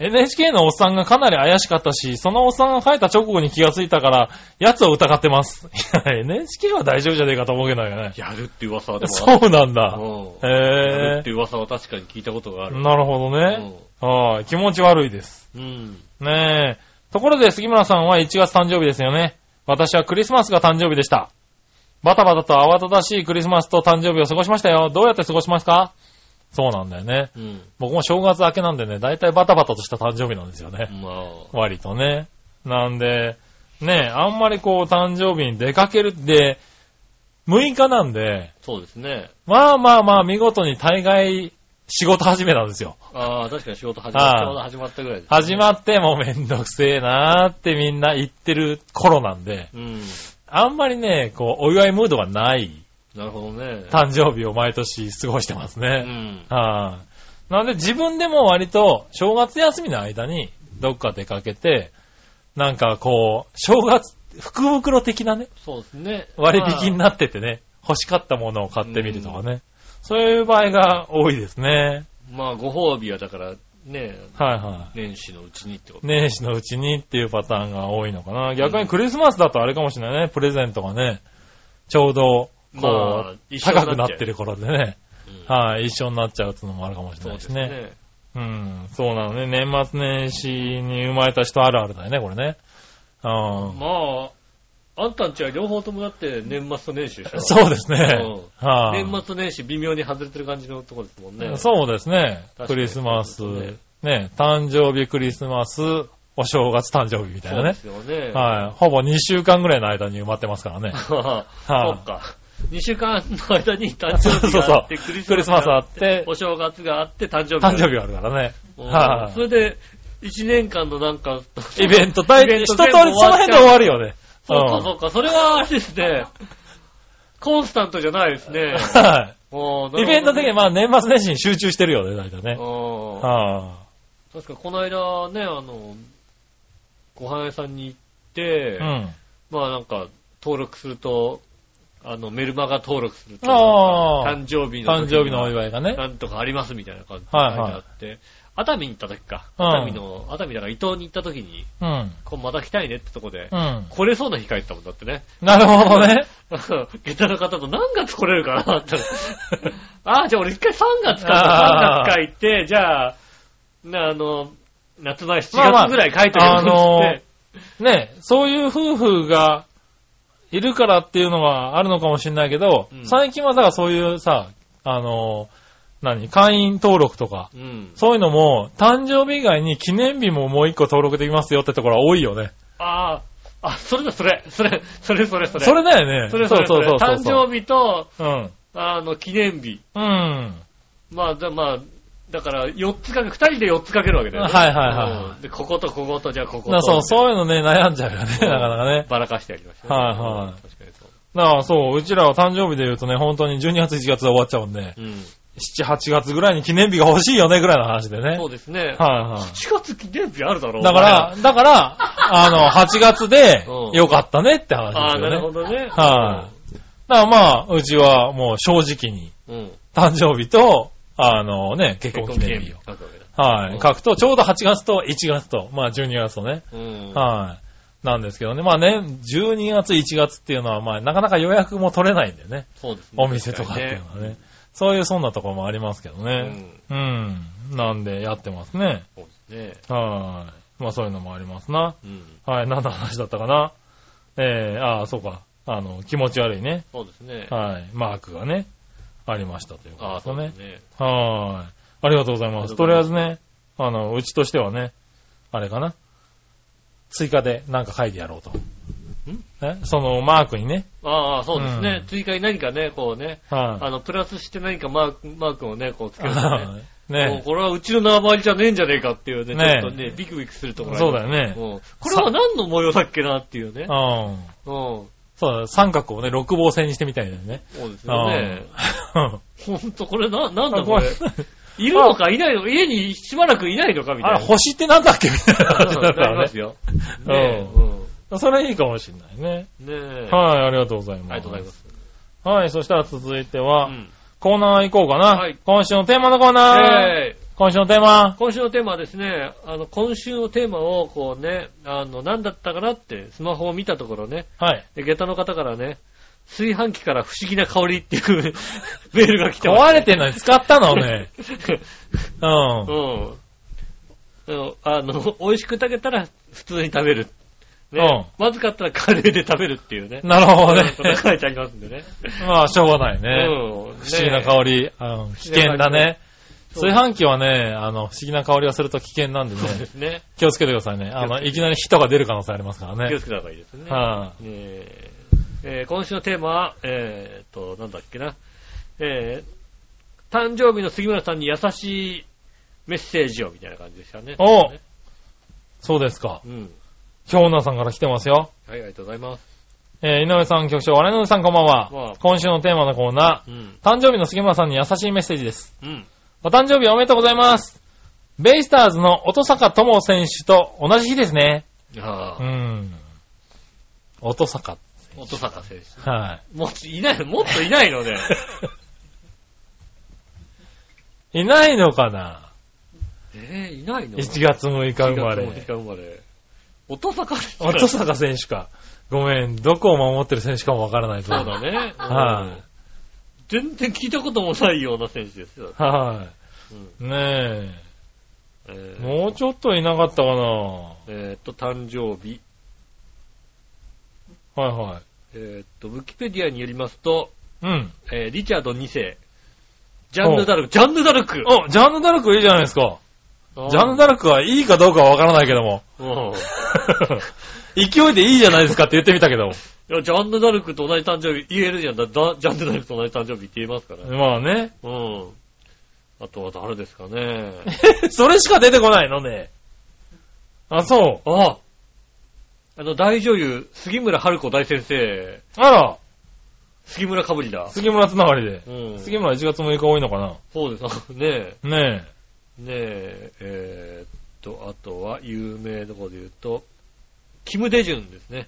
Speaker 3: い。NHK のおっさんがかなり怪しかったし、そのおっさんが書いた直後に気がついたから、奴を疑ってます。 <laughs> いや、NHK は大丈夫じゃねえかと思うけどね。
Speaker 2: やるって噂はでもあ
Speaker 3: そうなんだ。
Speaker 2: る。うん。やる
Speaker 3: へ
Speaker 2: っ
Speaker 3: え
Speaker 2: て。噂は確かに聞いたことがある。
Speaker 3: なるほどね。はい。気持ち悪いです。
Speaker 2: うん。
Speaker 3: ねえ。ところで杉村さんは1月誕生日ですよね。私はクリスマスが誕生日でした。バタバタと慌ただしいクリスマスと誕生日を過ごしましたよ。どうやって過ごしますかそうなんだよね。
Speaker 2: うん。
Speaker 3: 僕も正月明けなんでね、だいたいバタバタとした誕生日なんですよね。
Speaker 2: まあ、
Speaker 3: 割とね。なんで、ねえ、あんまりこう誕生日に出かけるって、6日なんで、
Speaker 2: そうですね。
Speaker 3: まあまあまあ見事に大概仕事始めなんですよ。
Speaker 2: ああ、確かに仕事始まっ
Speaker 3: あ
Speaker 2: た。
Speaker 3: あ
Speaker 2: ちょうど始まったぐらいですね。
Speaker 3: 始まってもうめんどくせえなーってみんな言ってる頃なんで、
Speaker 2: うん。
Speaker 3: あんまりね、こう、お祝いムードがない
Speaker 2: なるほどね。
Speaker 3: 誕生日を毎年過ごしてます
Speaker 2: う
Speaker 3: ね。
Speaker 2: ん。
Speaker 3: はい、なんで自分でも割と正月休みの間にどっか出かけて、なんかこう、正月、福袋的なね、
Speaker 2: そうですね。
Speaker 3: 割引に
Speaker 2: な
Speaker 3: なっててね、欲しかったものを買ってみるとかね。そういう場合が多いですね。
Speaker 2: まあ、ご褒美はだから、ね、
Speaker 3: はいはい。
Speaker 2: 年始のうちにってこと。
Speaker 3: 年始のうちにっていうパターンが多いのかな。逆にクリスマスだとあれかもしれないね。プレゼントがね、ちょうど、こう、
Speaker 2: まあ一緒になっ
Speaker 3: 高
Speaker 2: ちゃう
Speaker 3: くなってる頃でね。
Speaker 2: うん
Speaker 3: はい、一緒になっちゃうっていうのもあるかもしれ
Speaker 2: そ
Speaker 3: な
Speaker 2: う
Speaker 3: い
Speaker 2: で
Speaker 3: ですす
Speaker 2: ね
Speaker 3: ね。。うん、そうなのね。年末年始に生まれた人あるあるだよね、これね。うん。
Speaker 2: まあ、あんたんちは両方ともだって年末と年始でしょ。
Speaker 3: そうですね。はい、
Speaker 2: 年末と年始微妙に外れてる感じのとこですもんね。
Speaker 3: そうですね
Speaker 2: 確か。に
Speaker 3: クリスマス
Speaker 2: そうですね。
Speaker 3: ね、誕生日、クリスマス、お正月、誕生日みたい
Speaker 2: そう
Speaker 3: な
Speaker 2: で
Speaker 3: ね。
Speaker 2: すよね。
Speaker 3: はい。ほぼ2週間ぐらいの間に埋まってますからね。
Speaker 2: はあ
Speaker 3: はい
Speaker 2: <laughs> そっか。2週間の間に誕生日
Speaker 3: そうそうそ
Speaker 2: があ
Speaker 3: う
Speaker 2: って、クリ
Speaker 3: クリ
Speaker 2: ス
Speaker 3: ス
Speaker 2: マ
Speaker 3: マ
Speaker 2: ス
Speaker 3: ス
Speaker 2: が
Speaker 3: あ
Speaker 2: あっ、
Speaker 3: ってて、
Speaker 2: お正月があって、誕生日があ
Speaker 3: 誕
Speaker 2: って。
Speaker 3: 生日があるからね。
Speaker 2: うん
Speaker 3: はい
Speaker 2: それで、1年間のなんか、
Speaker 3: イベント、大
Speaker 2: イベン
Speaker 3: 体
Speaker 2: ト
Speaker 3: 一
Speaker 2: 全
Speaker 3: 通
Speaker 2: 部終わっ
Speaker 3: り、そ
Speaker 2: ちゃう
Speaker 3: の辺で終わるよね。
Speaker 2: そうかそうか、それはあれですね。コンスタントじゃないですね。
Speaker 3: うん。 <laughs> は
Speaker 2: もう
Speaker 3: い。イベント的に、
Speaker 2: ま
Speaker 3: まあ年末年始に集中してるよね、大体ね。
Speaker 2: あ。
Speaker 3: は
Speaker 2: 確かこの間ね、あの、ご飯屋さんに行って
Speaker 3: い。う、ん。
Speaker 2: まあなんか、登録すると、あの、メルマガ登録すると、
Speaker 3: ああ
Speaker 2: 誕生日の時
Speaker 3: 誕
Speaker 2: に
Speaker 3: 生日のお祝いがね。
Speaker 2: なんとかありますみたいな感じで書い
Speaker 3: は
Speaker 2: て
Speaker 3: いはい
Speaker 2: あって、熱海に行った時か。
Speaker 3: うん
Speaker 2: 熱海の、熱海だから伊東に行った時に、
Speaker 3: うん。
Speaker 2: こうまた来たいねってとこで、
Speaker 3: うん。
Speaker 2: 来れそうな日帰ったもんだってね。
Speaker 3: なるほどね。
Speaker 2: <laughs> 下駄の方と何月来れるかな
Speaker 3: <laughs>
Speaker 2: って。ああ、じゃあ俺一回3月か3
Speaker 3: あー
Speaker 2: 月書いて、じゃあ、なあの、夏前7
Speaker 3: まあまあ
Speaker 2: 月ぐらい書いてるよ
Speaker 3: あのー
Speaker 2: つって
Speaker 3: ね、そういう夫婦がいるからっていうのはあるのかもしれないけど、
Speaker 2: うん
Speaker 3: 最近はだからそういうさ、あの、何、会員登録とか、
Speaker 2: うん。
Speaker 3: そういうのも、誕生日以外に記念日ももう一個登録できますよってところは多いよね。
Speaker 2: ああ、あ、それだ、それ、それ、それ、それ、それ。
Speaker 3: それだよね。
Speaker 2: それ、それ、それ。
Speaker 3: そうそう
Speaker 2: 誕
Speaker 3: そうそう。
Speaker 2: 生日と、
Speaker 3: うん。
Speaker 2: あの、記念日。
Speaker 3: うん。
Speaker 2: まあ、だ、まあ、だから、4つかけ、2人で4つかけるわけだよね。
Speaker 3: はいはいはい
Speaker 2: うんで、こことここと、じゃあここ
Speaker 3: だか
Speaker 2: と。
Speaker 3: らそう、そういうのね、悩んじゃうよね、なかなかね。
Speaker 2: ばらかしてやりました
Speaker 3: はいは
Speaker 2: 確
Speaker 3: い
Speaker 2: かにそう。
Speaker 3: だからそう、うちらは誕生日で言うとね、本当に12月1月で終わっちゃうんで、
Speaker 2: うん。
Speaker 3: 7、8月ぐらいに記念日が欲しいよね、ぐらいの話でね。
Speaker 2: そうですね。
Speaker 3: はいはい。
Speaker 2: 4月記念日あるだろう
Speaker 3: だから、だから、
Speaker 2: <laughs>
Speaker 3: あの、8月で
Speaker 2: うん、
Speaker 3: よかったねって話で
Speaker 2: あ
Speaker 3: す
Speaker 2: あ、
Speaker 3: よね。
Speaker 2: なるほどね。
Speaker 3: はいだからまあ、うちはもう正直に、
Speaker 2: うん。
Speaker 3: 誕生日と、あのね、結
Speaker 2: 結
Speaker 3: 婚
Speaker 2: 婚
Speaker 3: 記
Speaker 2: 記
Speaker 3: 念
Speaker 2: 念
Speaker 3: 日
Speaker 2: 日
Speaker 3: を
Speaker 2: を。書くわけだ。
Speaker 3: は
Speaker 2: うん
Speaker 3: い。書くと、ちょうど8月と1月と、まあ12月とね。
Speaker 2: うん。
Speaker 3: はい。なんですけどね。まあね、12月、1月っていうのは、まあ、なかなか予約も取れないんだよね。
Speaker 2: そうですね。
Speaker 3: お店とかっていうのはね。そういう、そんなところもありますけど
Speaker 2: 確かに
Speaker 3: ね。
Speaker 2: ね。
Speaker 3: うん。なんで、やってますね。
Speaker 2: うん。そうですね。
Speaker 3: はい。まあ、そういうのもありますな。
Speaker 2: うん。
Speaker 3: はい、何の話だったかな。えー、ああ、そうか。あの、気持ち悪いね。
Speaker 2: そうですね。
Speaker 3: はい、マークがね、ありましたということ
Speaker 2: ああ、
Speaker 3: です
Speaker 2: そうで
Speaker 3: ね
Speaker 2: す。ね。
Speaker 3: はーい。ありがとうございます。とりあえずね、あの、うちとしてはね、あれかな。追加で何か書いてやろうと。えそのマークにね。
Speaker 2: ああ、そうですね
Speaker 3: う。ん
Speaker 2: 追加に何かね、こうね、あ
Speaker 3: は
Speaker 2: の、プラスして何かマーク、マークをね、こうつ
Speaker 3: い。
Speaker 2: けるとね。もう
Speaker 3: ね
Speaker 2: これはうちの縄張りじゃねえんじゃねえかっていうね、
Speaker 3: ね
Speaker 2: ちょっとね、ビクビクするところ
Speaker 3: そう
Speaker 2: あ
Speaker 3: だ
Speaker 2: り
Speaker 3: よ
Speaker 2: ます
Speaker 3: ね。
Speaker 2: うんこれは何の模様だっけなっていうね
Speaker 3: う。ん。
Speaker 2: うん。そ
Speaker 3: そうだ、三角をね、六芒星にしてみたいだよね。
Speaker 2: うですよね。
Speaker 3: うん
Speaker 2: ほんと、これな、なんだ
Speaker 3: あ
Speaker 2: こ
Speaker 3: これ
Speaker 2: れ。いるのかいないの家にしばらくいないのかみたい
Speaker 3: あ
Speaker 2: な。
Speaker 3: れ、星ってなんだっけみたいな
Speaker 2: な
Speaker 3: 話だった
Speaker 2: り
Speaker 3: ら
Speaker 2: ま
Speaker 3: ね
Speaker 2: す。 <laughs> よ。
Speaker 3: <laughs> うん
Speaker 2: ね
Speaker 3: それいいかもしれないね。
Speaker 2: え。うん。ねえ。あ
Speaker 3: はい、ありがとうござい
Speaker 2: り
Speaker 3: ます。
Speaker 2: がとうございます。
Speaker 3: はい、そしたら続いては、
Speaker 2: うん
Speaker 3: コーナー行こうかな。
Speaker 2: はい
Speaker 3: 今週のテーマのコーナー、
Speaker 2: ええ
Speaker 3: 今週のテーマ
Speaker 2: 今週のテーマはですね、あの、今週のテーマをこうね、あの、何だったかなってスマホを見たところね、
Speaker 3: はい。
Speaker 2: で下駄の方からね、炊飯器から不思議な香りっていう <laughs> メールが来て
Speaker 3: 壊れてんのに使った
Speaker 2: <laughs>
Speaker 3: のね。う。
Speaker 2: うんん。でもあの、美味しく炊けたら普通に食べる。
Speaker 3: うん
Speaker 2: ね。まずかったらカレーで食べるっていうね。
Speaker 3: なるほどね。
Speaker 2: そんな書いてありますんでね。
Speaker 3: まあ、しょうがない
Speaker 2: うん
Speaker 3: ね。。不思議な
Speaker 2: ね
Speaker 3: 香り。うん危険だね。
Speaker 2: 不思議
Speaker 3: 炊
Speaker 2: な
Speaker 3: 飯器はね、あの、不思議な香りがすると危険なんでね、
Speaker 2: え。ね。
Speaker 3: 気をつけてくださいね。あの、いきなり火とか出る可能性ありますから
Speaker 2: 気を
Speaker 3: ね。
Speaker 2: つけた方がいいですね。
Speaker 3: は
Speaker 2: ねええー今週のテーマは、えー、と、なんだっけな。えー、誕生日の杉村さんに優しいメッセージをみたいな感じでしたね。
Speaker 3: お
Speaker 2: ね
Speaker 3: そうですか。
Speaker 2: うん。
Speaker 3: 京奈さんから来てますよ。
Speaker 2: はい、ありがとうございます。
Speaker 3: えー井上さん、局長、我々のさん、こんばん
Speaker 2: こんばんは
Speaker 3: は。今週のテーマのコーナ
Speaker 2: うん。
Speaker 3: ー、誕生日の杉村さんに優しいメッセージです。
Speaker 2: うん。
Speaker 3: お誕生日おめでとうございます。ベイスターズの音坂友選手と同じ日ですね。
Speaker 2: あ
Speaker 3: う
Speaker 2: あ、
Speaker 3: ん。音坂。
Speaker 2: 音坂選手。
Speaker 3: は
Speaker 2: もっといないのもっといないのね。
Speaker 3: い。い <laughs> ないのかな
Speaker 2: <laughs> えー、いないの
Speaker 3: ?1 月6日生ま
Speaker 2: 1月
Speaker 3: れ。
Speaker 2: 6日生まれ。音坂選手。
Speaker 3: 音坂選手か。ごめん、どこを守ってる選手かもわからない
Speaker 2: そうだね。
Speaker 3: はい
Speaker 2: 全然聞いたこともないような選手ですよ。
Speaker 3: は
Speaker 2: うん
Speaker 3: い。ね
Speaker 2: え
Speaker 3: え。
Speaker 2: ー
Speaker 3: もうちょっといなかったかなは
Speaker 2: えーっと、誕生日。
Speaker 3: いはい。
Speaker 2: えーっと、ウィキペディアによりますと、
Speaker 3: うん。
Speaker 2: えーリチャード2世。ジャンヌ・ダルク。ジャンヌ・ダルク
Speaker 3: お、ジャンヌ・ダルクいいじゃないですか。ジャンヌ・ダルクはいいかどうかはわからないけど <laughs> も。
Speaker 2: ク。うん
Speaker 3: 勢いでいいじゃないですかって言ってみたけ
Speaker 2: い
Speaker 3: ど。
Speaker 2: や、ジャンヌ・ダルクと同じ誕生日言えるじゃん。だだジャンヌ・ダルクと同じ誕生日って言えますから。
Speaker 3: まあね。
Speaker 2: うん。あとは誰ですかね。
Speaker 3: <laughs> それしか出てこないのね。あ、そう。
Speaker 2: ああの、大女優、杉村春子大先生、
Speaker 3: あら、
Speaker 2: 杉村かぶりだ。
Speaker 3: 杉村つながりで。
Speaker 2: うん。
Speaker 3: 杉村1月6日多いのか
Speaker 2: そうです。ね
Speaker 3: なね
Speaker 2: <laughs> え、ねえ、えーっと、あとは、有名どころで言うと、キム・デジュンですね。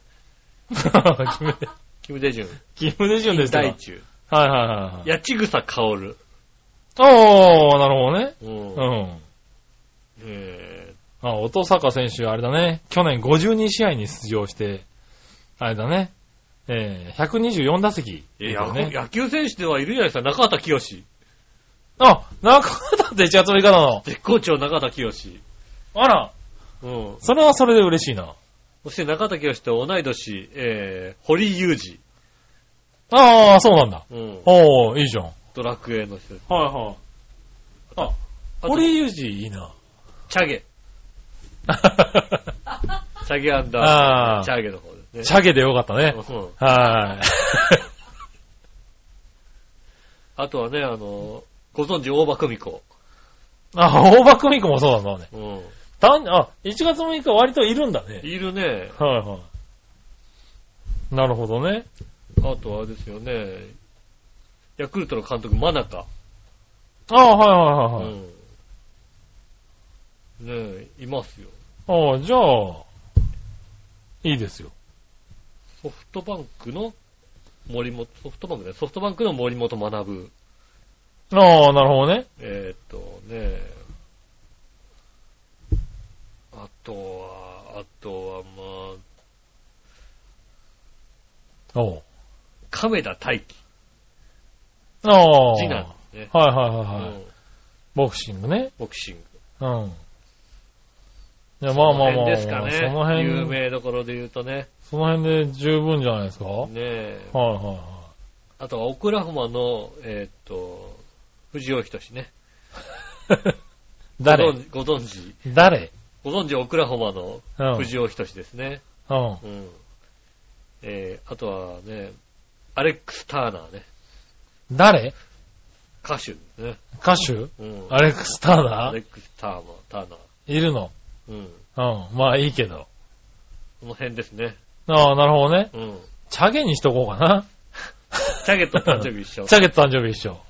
Speaker 3: え。キム
Speaker 2: キム・デジュン。
Speaker 3: キムデジュンですかは
Speaker 2: 大
Speaker 3: い
Speaker 2: 中。
Speaker 3: はいはいはい。
Speaker 2: 八千草薫。
Speaker 3: おー、なるほどね。
Speaker 2: うん。
Speaker 3: うん。
Speaker 2: え
Speaker 3: あ、音坂選手、あれだね。去年52試合に出場して、あれだね。えー、124打席、
Speaker 2: ーいや
Speaker 3: ね。
Speaker 2: 野球選手ではいるじゃないですか。中畑清。
Speaker 3: あ、中田って1月6日なの。
Speaker 2: 絶好調中畑清。
Speaker 3: あら、
Speaker 2: うん。
Speaker 3: それはそれで嬉しいな。
Speaker 2: そして中畑清と同い年、えー、堀井雄
Speaker 3: ああ、そうなんだ。
Speaker 2: 二。うん。
Speaker 3: おー、いいじゃん。はい
Speaker 2: ドラクエの人です。
Speaker 3: はい。あ、
Speaker 2: あと
Speaker 3: 堀井裕二いいな。
Speaker 2: チャゲ。チャゲアン
Speaker 3: <laughs>
Speaker 2: ダ
Speaker 3: あ
Speaker 2: ー。
Speaker 3: ー
Speaker 2: チャゲの方ですね。
Speaker 3: チャゲでよかったね。
Speaker 2: うん
Speaker 3: は
Speaker 2: あとはね、あの、ご存知、大場久美子。
Speaker 3: ーい。あ、大場久美子もそうなんだね。
Speaker 2: うん。
Speaker 3: たん、あ、1月6日割といるんだね。
Speaker 2: いるね。
Speaker 3: はいはい。なるほどね。
Speaker 2: あとはあれですよね。ヤクルトの監督、真中。
Speaker 3: ああ、はいは
Speaker 2: う
Speaker 3: いはい、はい
Speaker 2: ん。ねえ、いますよ。
Speaker 3: ああ、じゃあ、いいですよ。
Speaker 2: ソフトバンクの森本、ソフトバンクね、ソフトバンクの森本学。
Speaker 3: ああ、なるほどね。
Speaker 2: えーっとね、あとは、あとはまあ、
Speaker 3: おう
Speaker 2: 亀田大輝、
Speaker 3: ああ。
Speaker 2: 次男ね。
Speaker 3: はいはいはいはい。
Speaker 2: うん
Speaker 3: ボクシングね。
Speaker 2: ボクシング。
Speaker 3: うん。いや、まあまあまあまあ、
Speaker 2: ですかね。
Speaker 3: その辺、
Speaker 2: 有名どころで言うとね。
Speaker 3: その辺で十分じゃないですか、はい
Speaker 2: ねえ。
Speaker 3: はいはい。
Speaker 2: あとはオクラホマの、えーっと、藤尾仁ね。ご
Speaker 3: 誰
Speaker 2: 存知ご存知、
Speaker 3: 誰
Speaker 2: ご存知オクラホマの
Speaker 3: うん。
Speaker 2: 藤尾仁ですね。
Speaker 3: うん。
Speaker 2: うん。えー、あとはね、アレックス・ターナーね。
Speaker 3: 誰
Speaker 2: 歌手ですね。
Speaker 3: 歌手
Speaker 2: うん。
Speaker 3: アレックス・ター
Speaker 2: ア
Speaker 3: ナ
Speaker 2: レ
Speaker 3: ー
Speaker 2: ックス・ターナー、ターナー。
Speaker 3: いるの
Speaker 2: うん。
Speaker 3: うん。まあいいけど。
Speaker 2: この辺ですね。
Speaker 3: ああ、なるほどね。 <laughs>
Speaker 2: うん。
Speaker 3: チャゲにしとこうかな。
Speaker 2: チャゲット誕生日一緒。
Speaker 3: <laughs> チャゲと誕生日一緒。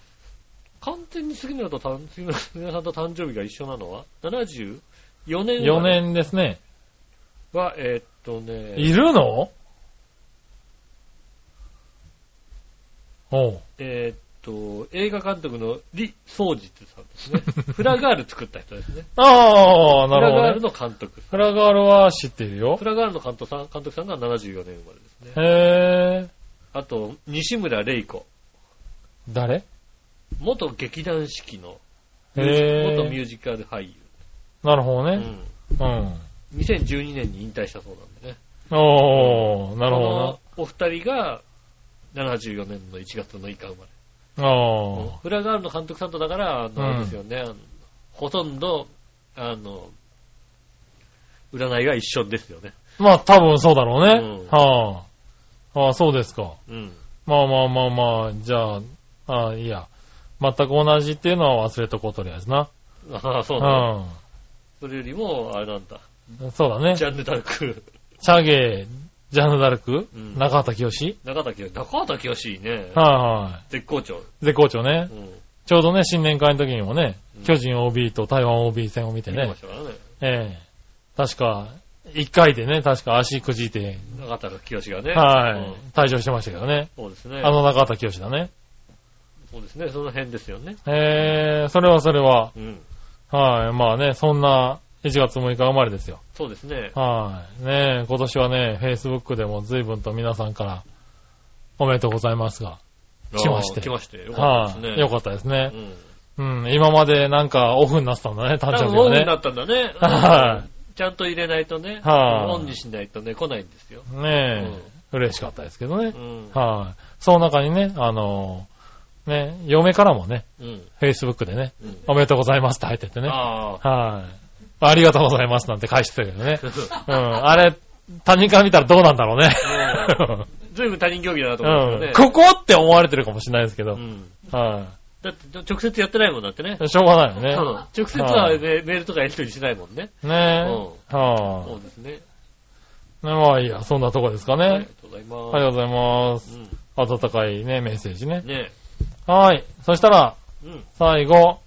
Speaker 2: 完全に杉村と誕杉村さんと誕生日が一緒なのは ?74 年
Speaker 3: 4年ですね。
Speaker 2: は、えーっとね、
Speaker 3: いるのおう。
Speaker 2: えーっと、映画監督の李宗実さんです
Speaker 3: <laughs>
Speaker 2: ね。フラガール作った人ですね。
Speaker 3: ああ、
Speaker 2: フ
Speaker 3: な
Speaker 2: ラ
Speaker 3: るほ
Speaker 2: ガール
Speaker 3: ど、ね。
Speaker 2: の監督。
Speaker 3: フラガールは知っているよ
Speaker 2: フ。ラガールの監督さん監督さんが74年生まれですね。
Speaker 3: へえ。
Speaker 2: あと、西村玲子。
Speaker 3: 誰
Speaker 2: 元劇団四季の、
Speaker 3: へ
Speaker 2: 元ミ
Speaker 3: え。
Speaker 2: ュージカル俳優。
Speaker 3: なるほど
Speaker 2: う
Speaker 3: ね。
Speaker 2: ん。
Speaker 3: うん。
Speaker 2: 2012年に引退したそうなんでね。
Speaker 3: おー、なるほど
Speaker 2: このお二人が74年の1月6日生まれ。
Speaker 3: な。ああ。
Speaker 2: フラガールの監督さんとだから、あの、
Speaker 3: うん
Speaker 2: あれですよね、あのほとんど、あの、占いが一緒ですよね。
Speaker 3: まあ多分そうだろうね。
Speaker 2: うん
Speaker 3: はあ。ああ、そうですか。
Speaker 2: うん。
Speaker 3: まあまあまあまあ、じゃあ、ああ、いいや。全く同じっていうのは忘れとこうと <laughs> りあえずな。
Speaker 2: ああ、そううなんだ。
Speaker 3: ん。
Speaker 2: それよりも、あれなんだ。
Speaker 3: そうだね。
Speaker 2: ジャンヌ・ダルク、 <laughs>
Speaker 3: チャゲ、ジャンヌ・ダルク、
Speaker 2: うん
Speaker 3: 中畑清
Speaker 2: 中田清、中田清ね、
Speaker 3: はいは
Speaker 2: 絶好調。
Speaker 3: い。絶好調ね
Speaker 2: う。ん。
Speaker 3: ちょうどね、新年会の時にもね
Speaker 2: うん、
Speaker 3: 巨人 OB と台湾 OB 戦を見て
Speaker 2: 見てま
Speaker 3: ね
Speaker 2: し、たからね。
Speaker 3: ええ確か、一回でね、確か足くじいて、
Speaker 2: 中田清がね。
Speaker 3: は
Speaker 2: うん
Speaker 3: い、退場してましたけどね。
Speaker 2: そうですね。
Speaker 3: あの中畑清だね。
Speaker 2: そうですね。その辺ですよね。
Speaker 3: ええそれはそれは、
Speaker 2: うん。
Speaker 3: はい、まあね、そんな1月6日生まれですよ。
Speaker 2: そうですね。
Speaker 3: はい。ねえ、今年はね、Facebook でも随分と皆さんからおめでとうございますが、来まして
Speaker 2: あー来まして。よか
Speaker 3: は
Speaker 2: った
Speaker 3: い、
Speaker 2: ですね。
Speaker 3: よかったですね
Speaker 2: う。ん。
Speaker 3: うん、今までなんかオフになってたんだね、誕
Speaker 2: 多
Speaker 3: 生
Speaker 2: 分
Speaker 3: 日
Speaker 2: オ
Speaker 3: は
Speaker 2: ンに
Speaker 3: ね
Speaker 2: な。ったんだね。
Speaker 3: は
Speaker 2: うんちゃんと入れないとね。
Speaker 3: はい
Speaker 2: オンにしないとね、来ないんですよ。
Speaker 3: ねえ、嬉しかったですけどね
Speaker 2: う。ん。
Speaker 3: はい、その中にね、あのーね、嫁からもね、
Speaker 2: うん。
Speaker 3: Facebook でね、
Speaker 2: うん
Speaker 3: おめでとうございますって入ってってね。はい、
Speaker 2: あ <laughs> あ。
Speaker 3: ありがとうございますなんて返してたけどね。うん、あれ、他人から見たらどうなんだろうね。
Speaker 2: ずいぶん他人競技だなと
Speaker 3: う
Speaker 2: 思うんで
Speaker 3: ん、
Speaker 2: すよね。
Speaker 3: ここって思われてるかもしれないですけど。
Speaker 2: うん
Speaker 3: は
Speaker 2: だって、直接やってないもんだってね。
Speaker 3: い、しょうがない
Speaker 2: うん
Speaker 3: よね。
Speaker 2: 直接はねメールとかやり取りしないもんね。
Speaker 3: ねえ。
Speaker 2: そ
Speaker 3: は
Speaker 2: うですね。
Speaker 3: い、ねまあいいや、そんなとこですか
Speaker 2: あり
Speaker 3: ね
Speaker 2: が。とうございます。
Speaker 3: ありがとうございます。
Speaker 2: う
Speaker 3: 温かいね、メッセージね
Speaker 2: ん。。ね
Speaker 3: はい。そしたら、
Speaker 2: え。うん。
Speaker 3: 最後、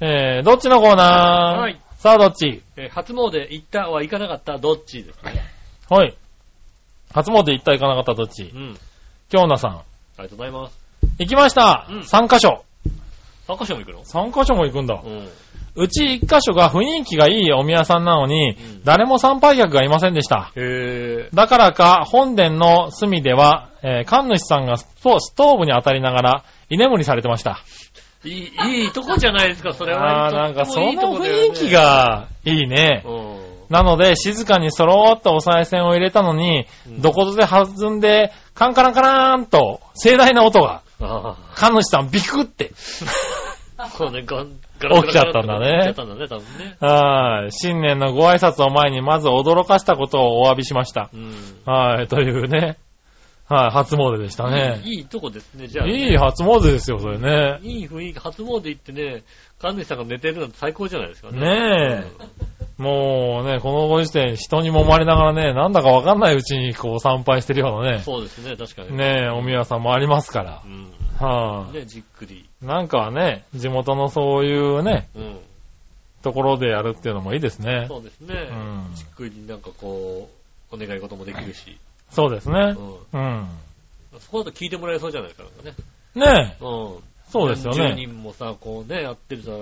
Speaker 3: えー、どっちのコーナー
Speaker 2: はい。
Speaker 3: さあ、どっち
Speaker 2: えー初詣行ったは行かなかったどっちですね。
Speaker 3: はい。初詣行った行かなかったどっち
Speaker 2: うん。
Speaker 3: 京奈さん。
Speaker 2: ありがとうございます。
Speaker 3: 行きました、
Speaker 2: うん
Speaker 3: !3 カ所。
Speaker 2: 3箇所も行くの
Speaker 3: 3カ所も行くんだ。
Speaker 2: うん。
Speaker 3: うち1カ所が雰囲気がいいお宮さんなのに
Speaker 2: うん、
Speaker 3: 誰も参拝客がいませんでした。
Speaker 2: へえ。
Speaker 3: だからか、本殿の隅では、えー、神主さんがストストーブに当たりながら、居眠りされてました。
Speaker 2: いい、いいとこじゃないですか、それは。
Speaker 3: あー、なんか
Speaker 2: とっ
Speaker 3: そ
Speaker 2: てもいいと
Speaker 3: の
Speaker 2: こだよね
Speaker 3: 雰囲気。がいいね。
Speaker 2: うん。
Speaker 3: なので、静かにそろーっとお賽銭を入れたのに、
Speaker 2: うん
Speaker 3: どことで弾んで、カンカランカラーンと、盛大な音が、
Speaker 2: あ
Speaker 3: 神主さんビ
Speaker 2: <laughs>
Speaker 3: クって、
Speaker 2: あ。
Speaker 3: <laughs>
Speaker 2: そうね、ガン、ガ
Speaker 3: 起きちゃったんだね
Speaker 2: 起きちゃったんだね、多分ね。
Speaker 3: はい新年のご挨拶を前に、まず驚かしたことをお詫びしました。
Speaker 2: うん。
Speaker 3: はい、というね、はい、初詣でしたね。
Speaker 2: いいとこですね、じゃあね。
Speaker 3: いい初詣ですよ、それね。
Speaker 2: いい雰囲気、初詣行ってね、神主さんが寝てるなんて最高じゃないですかね。
Speaker 3: ねえ。もうね、このご時点、人に揉まれながらね、なんだかわかんないうちにこう参拝してるようなね、
Speaker 2: そうですね、確かに。
Speaker 3: ねえ、お宮さんもありますから
Speaker 2: う。ん。
Speaker 3: はい、
Speaker 2: ね、じっくり。
Speaker 3: なんかね、地元のそういうね、
Speaker 2: うん。
Speaker 3: ところでやるっていうのもいいですね。
Speaker 2: そうですね。
Speaker 3: うん
Speaker 2: じっくりなんかこう、お願い事もできるし。
Speaker 3: そうです
Speaker 2: う
Speaker 3: ね。
Speaker 2: ん。
Speaker 3: うん。
Speaker 2: そこだと聞いてもらえそうじゃないですか、なんかね。
Speaker 3: ねえ、
Speaker 2: うん。
Speaker 3: そうですよ
Speaker 2: 何
Speaker 3: ね
Speaker 2: 十。人もさ、こうね、やってるから、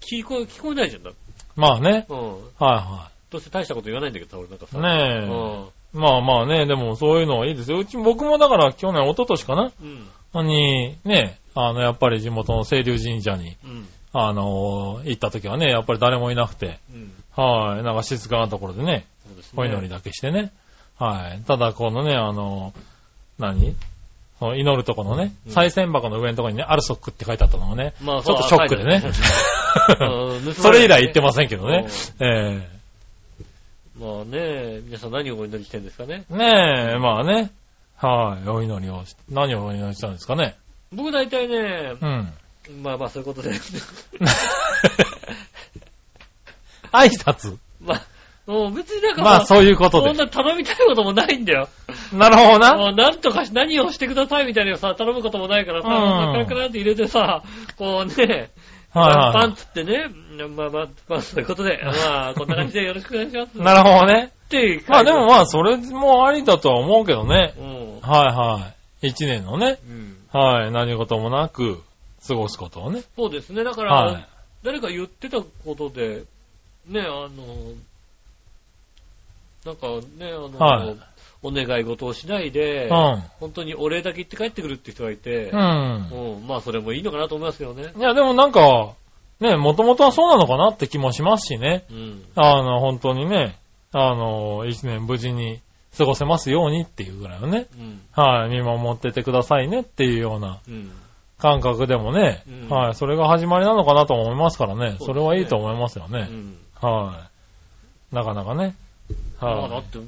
Speaker 2: 聞こえ、聞こえないじゃんだって。
Speaker 3: まあね。
Speaker 2: うん。
Speaker 3: は
Speaker 2: どうせ大したこと言わないんだけどさ、俺なんか
Speaker 3: い
Speaker 2: さ。
Speaker 3: はい。
Speaker 2: うん。
Speaker 3: ねえ。まあまあね、でもそういうのはいいですよ。うち、僕もだから去年、一昨年かな
Speaker 2: うん。
Speaker 3: に、ね、あの、やっぱり地元の清流神社に、
Speaker 2: うん。
Speaker 3: あの行った時はね、やっぱり誰もいなくて、
Speaker 2: うん。
Speaker 3: はい、なんか静かなところでね、
Speaker 2: そうですね。
Speaker 3: お祈りだけしてね。はい。ただ、このね、あの、何その祈るとこのね、
Speaker 2: うん
Speaker 3: 再銭箱の上のとこにね、アルソックって書いてあったのもね、
Speaker 2: まあ、
Speaker 3: ちょっとショックでね。
Speaker 2: <laughs> うん
Speaker 3: <laughs> それ以来言ってませんけどね。え
Speaker 2: まあね、皆さん何をお祈りしてるんですかね。
Speaker 3: えねえ、まあね。はい、お祈りをし、何をお祈りしたんですかね。
Speaker 2: 僕大体ね、
Speaker 3: うん。
Speaker 2: まあまあそういう
Speaker 3: <laughs>
Speaker 2: ことで。 <laughs>
Speaker 3: 挨拶。
Speaker 2: まあ、もう別になんか
Speaker 3: まあ、そういうこと
Speaker 2: そん
Speaker 3: で。
Speaker 2: な頼みたいこともないんだよ。
Speaker 3: なるほどな。
Speaker 2: もうなんとかし、何をしてくださいみたいなのさ、頼むこともないからさ、
Speaker 3: うん
Speaker 2: カラカラって入れてさ、こうね、
Speaker 3: はい
Speaker 2: パ
Speaker 3: は
Speaker 2: ンツってね、まあまあ、まあそういうことで、
Speaker 3: <laughs>
Speaker 2: まあこんな感じでよろしくお願いします。
Speaker 3: い。なるほどね。
Speaker 2: って
Speaker 3: まあでもまあ、それもありだとは思うけどね。
Speaker 2: うん。
Speaker 3: はいはい。一年のね、
Speaker 2: うん。
Speaker 3: はい、何事もなく過ごすことをね。
Speaker 2: そうですね、だから、
Speaker 3: はい。
Speaker 2: 誰か言ってたことで、ね、あの、なんかね、あの、
Speaker 3: はい
Speaker 2: お願い事をしないで、
Speaker 3: うん。
Speaker 2: 本当にお礼だけ言って帰ってくるって人がいて
Speaker 3: う、
Speaker 2: う
Speaker 3: ん。
Speaker 2: んまあそれもいいのかなと思いますけどね。
Speaker 3: いや、でもなんか、ね、もともとはそうなのかなって気もしますしね。
Speaker 2: うん。
Speaker 3: あの、本当にね、あの、一年無事に過ごせますようにっていうぐらいのね。
Speaker 2: うん。
Speaker 3: はい、見守っててくださいねっていうような
Speaker 2: うん。
Speaker 3: 感覚でもね、
Speaker 2: うん
Speaker 3: はい、それが始まりなのかなとも思いますからね、
Speaker 2: そうですね
Speaker 3: それはいいと思いますよ
Speaker 2: う
Speaker 3: ね。
Speaker 2: ん。
Speaker 3: はい。なかなかね。
Speaker 2: まあだ
Speaker 3: は
Speaker 2: って、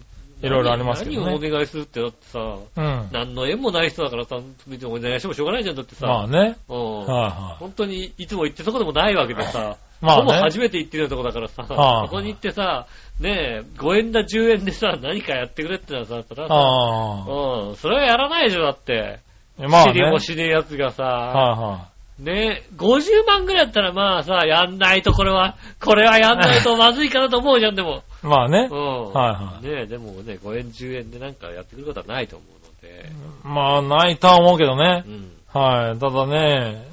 Speaker 3: いろいろありますけどね
Speaker 2: 何をお願いするってだってさ、
Speaker 3: い。うん。
Speaker 2: 何の縁もない人だからさ、別にお願いしてもしょうがないじゃん、だってさ。
Speaker 3: まあね。
Speaker 2: うん。
Speaker 3: はいはい。
Speaker 2: 本当にいつも行ってそこでもないわけでさ、
Speaker 3: <laughs> まあ
Speaker 2: ほぼ
Speaker 3: ね
Speaker 2: 初めて行ってるようなとこだからさ、
Speaker 3: はあ
Speaker 2: そこに行ってさ、ねえ、5円だ10円でさ、何かやってくれってのはさ、それはさ、
Speaker 3: あ
Speaker 2: うん、それはやらないでしょ、だって。
Speaker 3: あ。まあ
Speaker 2: 知り
Speaker 3: ね。
Speaker 2: も
Speaker 3: はい
Speaker 2: しねえやつがさ、
Speaker 3: は
Speaker 2: ねえ、50万ぐらいだったらまあさ、やんないとこれは、これはやんないとまずいかなと思うじゃん、でも。
Speaker 3: い。まあね
Speaker 2: う。ん。
Speaker 3: はいはい
Speaker 2: ねえ、でもね、5円10円でなんかやってくることはないと思うので、
Speaker 3: まあ、ないとは思うけどね
Speaker 2: う。ん。
Speaker 3: はい。ただね、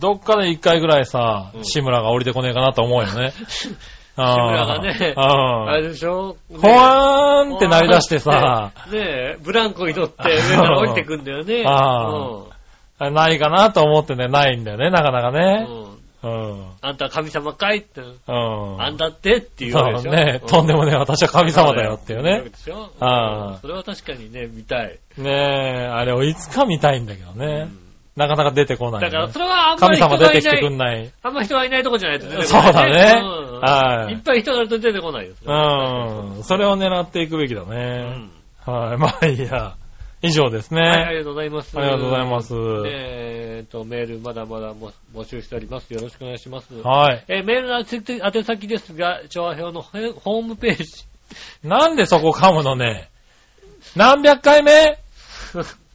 Speaker 3: どっかで一回ぐらいさ
Speaker 2: う、ん
Speaker 3: 志村が降りてこねえかなと思うよ
Speaker 2: <laughs>
Speaker 3: ね。志
Speaker 2: 村がねあ
Speaker 3: う
Speaker 2: れでしょ
Speaker 3: ん。ほわーんってなりだしてさ、
Speaker 2: <laughs> ねえ、ブランコに乗って上から降りてくんだよね。
Speaker 3: <laughs> あー
Speaker 2: うん
Speaker 3: あれ <laughs> ないかなと思ってね、ないんだよね、なかなか
Speaker 2: う
Speaker 3: ね。
Speaker 2: ん。
Speaker 3: うん。
Speaker 2: あんた神様かいって、
Speaker 3: うん。
Speaker 2: あんだってっていうわけでし
Speaker 3: そ
Speaker 2: ょ。
Speaker 3: うね
Speaker 2: う。
Speaker 3: とんでもねえ、私は神様だよっていう
Speaker 2: そう
Speaker 3: ね。
Speaker 2: でしょ
Speaker 3: ああ
Speaker 2: うんそれは確かにね、見たい。
Speaker 3: ねえ、あれをいつか見たいんだけど
Speaker 2: う
Speaker 3: ね。
Speaker 2: ん
Speaker 3: なかなか出てこない、
Speaker 2: だ
Speaker 3: ね。
Speaker 2: から、それはあんま
Speaker 3: 神
Speaker 2: り人
Speaker 3: 様
Speaker 2: が
Speaker 3: 出て
Speaker 2: い
Speaker 3: きて
Speaker 2: な
Speaker 3: くん
Speaker 2: い。
Speaker 3: ない。
Speaker 2: あんま人がいないとこじゃないと出てこない
Speaker 3: そうだね
Speaker 2: うん
Speaker 3: はい
Speaker 2: いっぱい人がいると出てこないよ。それは
Speaker 3: うん。それを狙っていくべきだ
Speaker 2: う
Speaker 3: ね。
Speaker 2: ん
Speaker 3: はい。まあいいや。以上ですね。
Speaker 2: はい、ありがとうございます。
Speaker 3: ありがとうございます。
Speaker 2: えーと、メールまだまだも募集しております。よろしくお願いします。
Speaker 3: はい。
Speaker 2: えーメールの宛先宛先ですが、調和表の <laughs> へホームページ。
Speaker 3: なんでそこ噛むのね。何百
Speaker 2: <laughs>
Speaker 3: 回目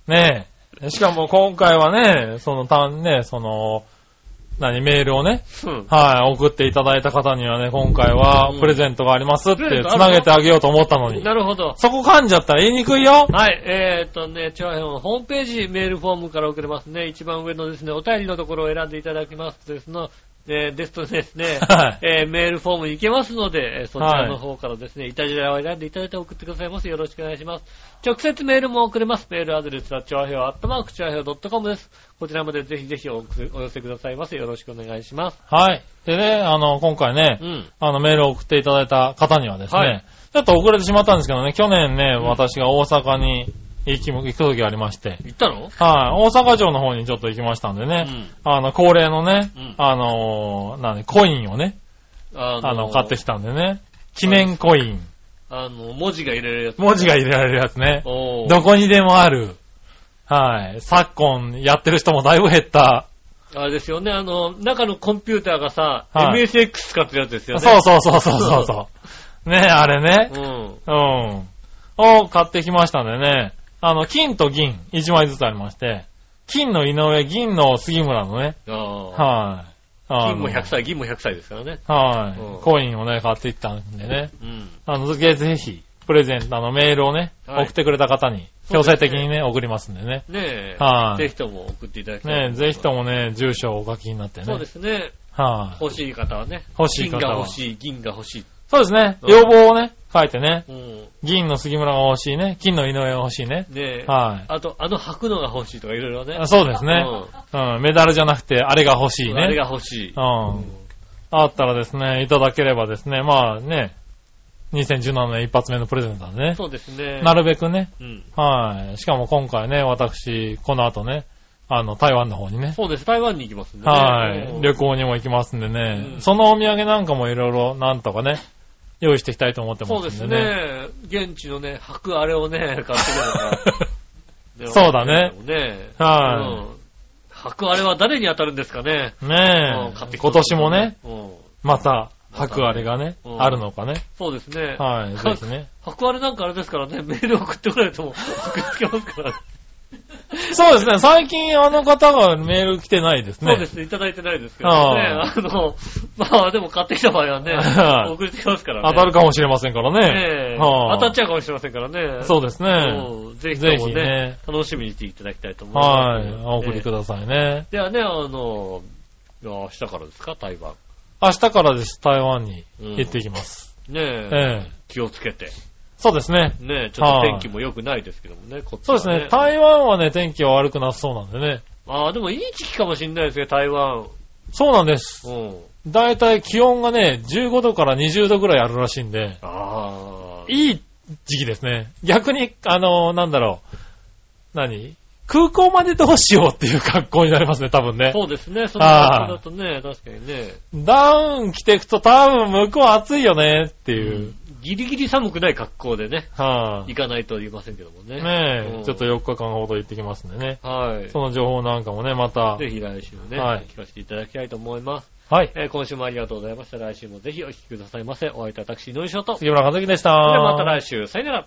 Speaker 3: ねえ。しかも今回はね、その単ね、その、何、メールをね、
Speaker 2: うん
Speaker 3: はい、送っていただいた方にはね、今回はプレゼントがありますって
Speaker 2: プレゼントあるの
Speaker 3: 繋げてあげようと思ったのに。
Speaker 2: <laughs> なるほど。
Speaker 3: そこ噛んじゃったら言いにくいよ。
Speaker 2: はい、えーっとね、調和表のホームページ、メールフォームから送れますね。一番上のですね、お便りのところを選んでいただきますとですの、えーですとです
Speaker 3: <laughs>
Speaker 2: ね、
Speaker 3: はい
Speaker 2: えーメールフォームに行けますので、えーそちらの方からですね、いたじらを選んでいただいて送ってくださいます。よろしくお願いします。直接メールも送れます。メールアドレスは、調和表、アットマーク、調和表 .com です。こちらまでぜひぜひお送お寄せくださいませ。よろしくお願いします。
Speaker 3: はい。でね、あの、今回ね、
Speaker 2: うん。
Speaker 3: あの、メールを送っていただいた方にはですね、
Speaker 2: はい
Speaker 3: ちょっと遅れてしまったんですけどね、去年ね、
Speaker 2: ん
Speaker 3: 私が大阪に行きも、行く時がありまして、
Speaker 2: 行ったの
Speaker 3: はい、大阪城の方にちょっと行きましたんで
Speaker 2: う
Speaker 3: ね、
Speaker 2: ん。
Speaker 3: あの、恒例のね、
Speaker 2: うん
Speaker 3: あのー、何、コインをね、
Speaker 2: あ
Speaker 3: あの、買ってきたんでね、記念コイン、
Speaker 2: あの、文字が入れるやつ。
Speaker 3: 文字が入れられるやつね、
Speaker 2: おー
Speaker 3: どこにでもある、はい、昨今やってる人もだいぶ減った、
Speaker 2: あれですよね、あの、中のコンピューターがさ、
Speaker 3: はい
Speaker 2: MSX 使ってるやつですよね。
Speaker 3: そうそうそうそうそうそう、ね、あれね、
Speaker 2: うん。
Speaker 3: うん。を買ってきましたんでね。あの、金と銀、1枚ずつありまして、金の井上、銀の杉村のね、
Speaker 2: あ
Speaker 3: はい。
Speaker 2: あ
Speaker 3: あ
Speaker 2: 金
Speaker 3: の
Speaker 2: も100。歳、銀も100歳ですからね。
Speaker 3: はい、
Speaker 2: うん
Speaker 3: コインをね、買ってきたんでね。
Speaker 2: うん。
Speaker 3: あの、ぜひぜひ、プレゼント、あの、メールをね、
Speaker 2: はい
Speaker 3: 送ってくれた方に、
Speaker 2: そう
Speaker 3: 強
Speaker 2: ですね
Speaker 3: 制的にね、送りますんでね。
Speaker 2: ねえ。
Speaker 3: はい
Speaker 2: ぜひとも送っていただきたい。
Speaker 3: ねぜひともね、住所をお書きになってね。
Speaker 2: そうですね。
Speaker 3: はい、
Speaker 2: 欲しい方はね。
Speaker 3: 欲しい方は
Speaker 2: 金が欲しい、銀が欲しい。
Speaker 3: そうですね。
Speaker 2: うん
Speaker 3: 要望をね、書いてね。
Speaker 2: うん。
Speaker 3: 銀の杉村が欲しいね。金の井上が欲しいね。
Speaker 2: ねえ。
Speaker 3: はい、
Speaker 2: あと、あの履くのが欲しいとかいろいろね
Speaker 3: あ。そうですね。うん、メダルじゃなくて、あれが欲し
Speaker 2: う
Speaker 3: い
Speaker 2: ん。
Speaker 3: ね。
Speaker 2: あれが欲しい。
Speaker 3: うん。あったらですね、いただければですね、まあね、2017年一発目のプレゼントなんでね。
Speaker 2: そうですね。
Speaker 3: なるべくね、
Speaker 2: うん。
Speaker 3: はい。しかも今回ね、私、この後ね、あの、台湾の方にね、
Speaker 2: そうです。台湾に行きますんでね。
Speaker 3: はい。旅
Speaker 2: 旅行。
Speaker 3: 行にも行きますんでね、
Speaker 2: うん
Speaker 3: そのお土産なんかもいろいろなんとかね、用意していきたいと思って
Speaker 2: そう
Speaker 3: ま
Speaker 2: ですす
Speaker 3: んでね。
Speaker 2: ね。現地のね、履くあれをね、買ってくるから。ね
Speaker 3: <laughs> そうだね。
Speaker 2: ね
Speaker 3: <laughs> は
Speaker 2: うん。白あれは誰に当たるんですかね。うん
Speaker 3: ね
Speaker 2: 買っ
Speaker 3: え、
Speaker 2: てきて
Speaker 3: 今年もね、
Speaker 2: うん。
Speaker 3: また、吐くあれがね、
Speaker 2: うん
Speaker 3: あるのかね。
Speaker 2: そうですね。
Speaker 3: はい、ぜひね。
Speaker 2: 白あれなんかあれですからね、 <laughs> メール送ってこないともう、送りつけます
Speaker 3: <laughs>
Speaker 2: から。
Speaker 3: そうですね、最近あの方がメール来てないですね。
Speaker 2: そうですね、いただいてないですけどね。
Speaker 3: あ
Speaker 2: あの、 <laughs> まあでも買ってきた場合は
Speaker 3: は
Speaker 2: ね
Speaker 3: い、
Speaker 2: 送りつけますからね。
Speaker 3: 当たるかもしれませんから
Speaker 2: ね
Speaker 3: ね。
Speaker 2: え
Speaker 3: は
Speaker 2: 当
Speaker 3: い
Speaker 2: たっちゃうかもしれませんからね。
Speaker 3: そうですね。
Speaker 2: うんぜひと
Speaker 3: ぜひ
Speaker 2: も
Speaker 3: ね
Speaker 2: ね、楽しみにしていただきたいと思いま
Speaker 3: は
Speaker 2: す。
Speaker 3: い。お送りく
Speaker 2: さい。
Speaker 3: ださいね。
Speaker 2: ではね、あの、明日からですか、台湾。
Speaker 3: 明日からです、台湾に
Speaker 2: うん
Speaker 3: 行ってきます。
Speaker 2: ねえ、
Speaker 3: ええ。
Speaker 2: 気をつけて。
Speaker 3: そうですね。
Speaker 2: ねえ、ちょっと天気も良くないですけどもね、こっち
Speaker 3: そう
Speaker 2: は
Speaker 3: ですね。台湾はね、天気は悪くなさそうなんでね。
Speaker 2: ああ、でもいい時期かもしれないですね、台湾。
Speaker 3: そうなんです。
Speaker 2: うん。
Speaker 3: だいたい気温がね、15度から20度ぐらいあるらしいんで、
Speaker 2: ああ。
Speaker 3: いい時期ですね。逆に、あの、なんだろう。何空港までどうしようっていう格好になりますね、多分ね。
Speaker 2: そうですね、その格好だとね、確かにね。
Speaker 3: ダウン着てくと多分向こう暑いよねっていう。
Speaker 2: ギリギリ寒くない格好でね、
Speaker 3: はい、
Speaker 2: 行かないと言いませんけどもね。
Speaker 3: ね
Speaker 2: うん
Speaker 3: え、ちょっと4日間ほど行ってきますんでね。
Speaker 2: はい。
Speaker 3: その情報なんかもね、また。
Speaker 2: ぜひ来週ね、
Speaker 3: はい
Speaker 2: 聞かせていただきたいと思います、
Speaker 3: はい。
Speaker 2: えー今週もありがとうございました。来週もぜひお聞きくださいませ。お会いいたい私、井上翔と。それ
Speaker 3: 杉村和樹でした。
Speaker 2: ではまた来週。さよなら。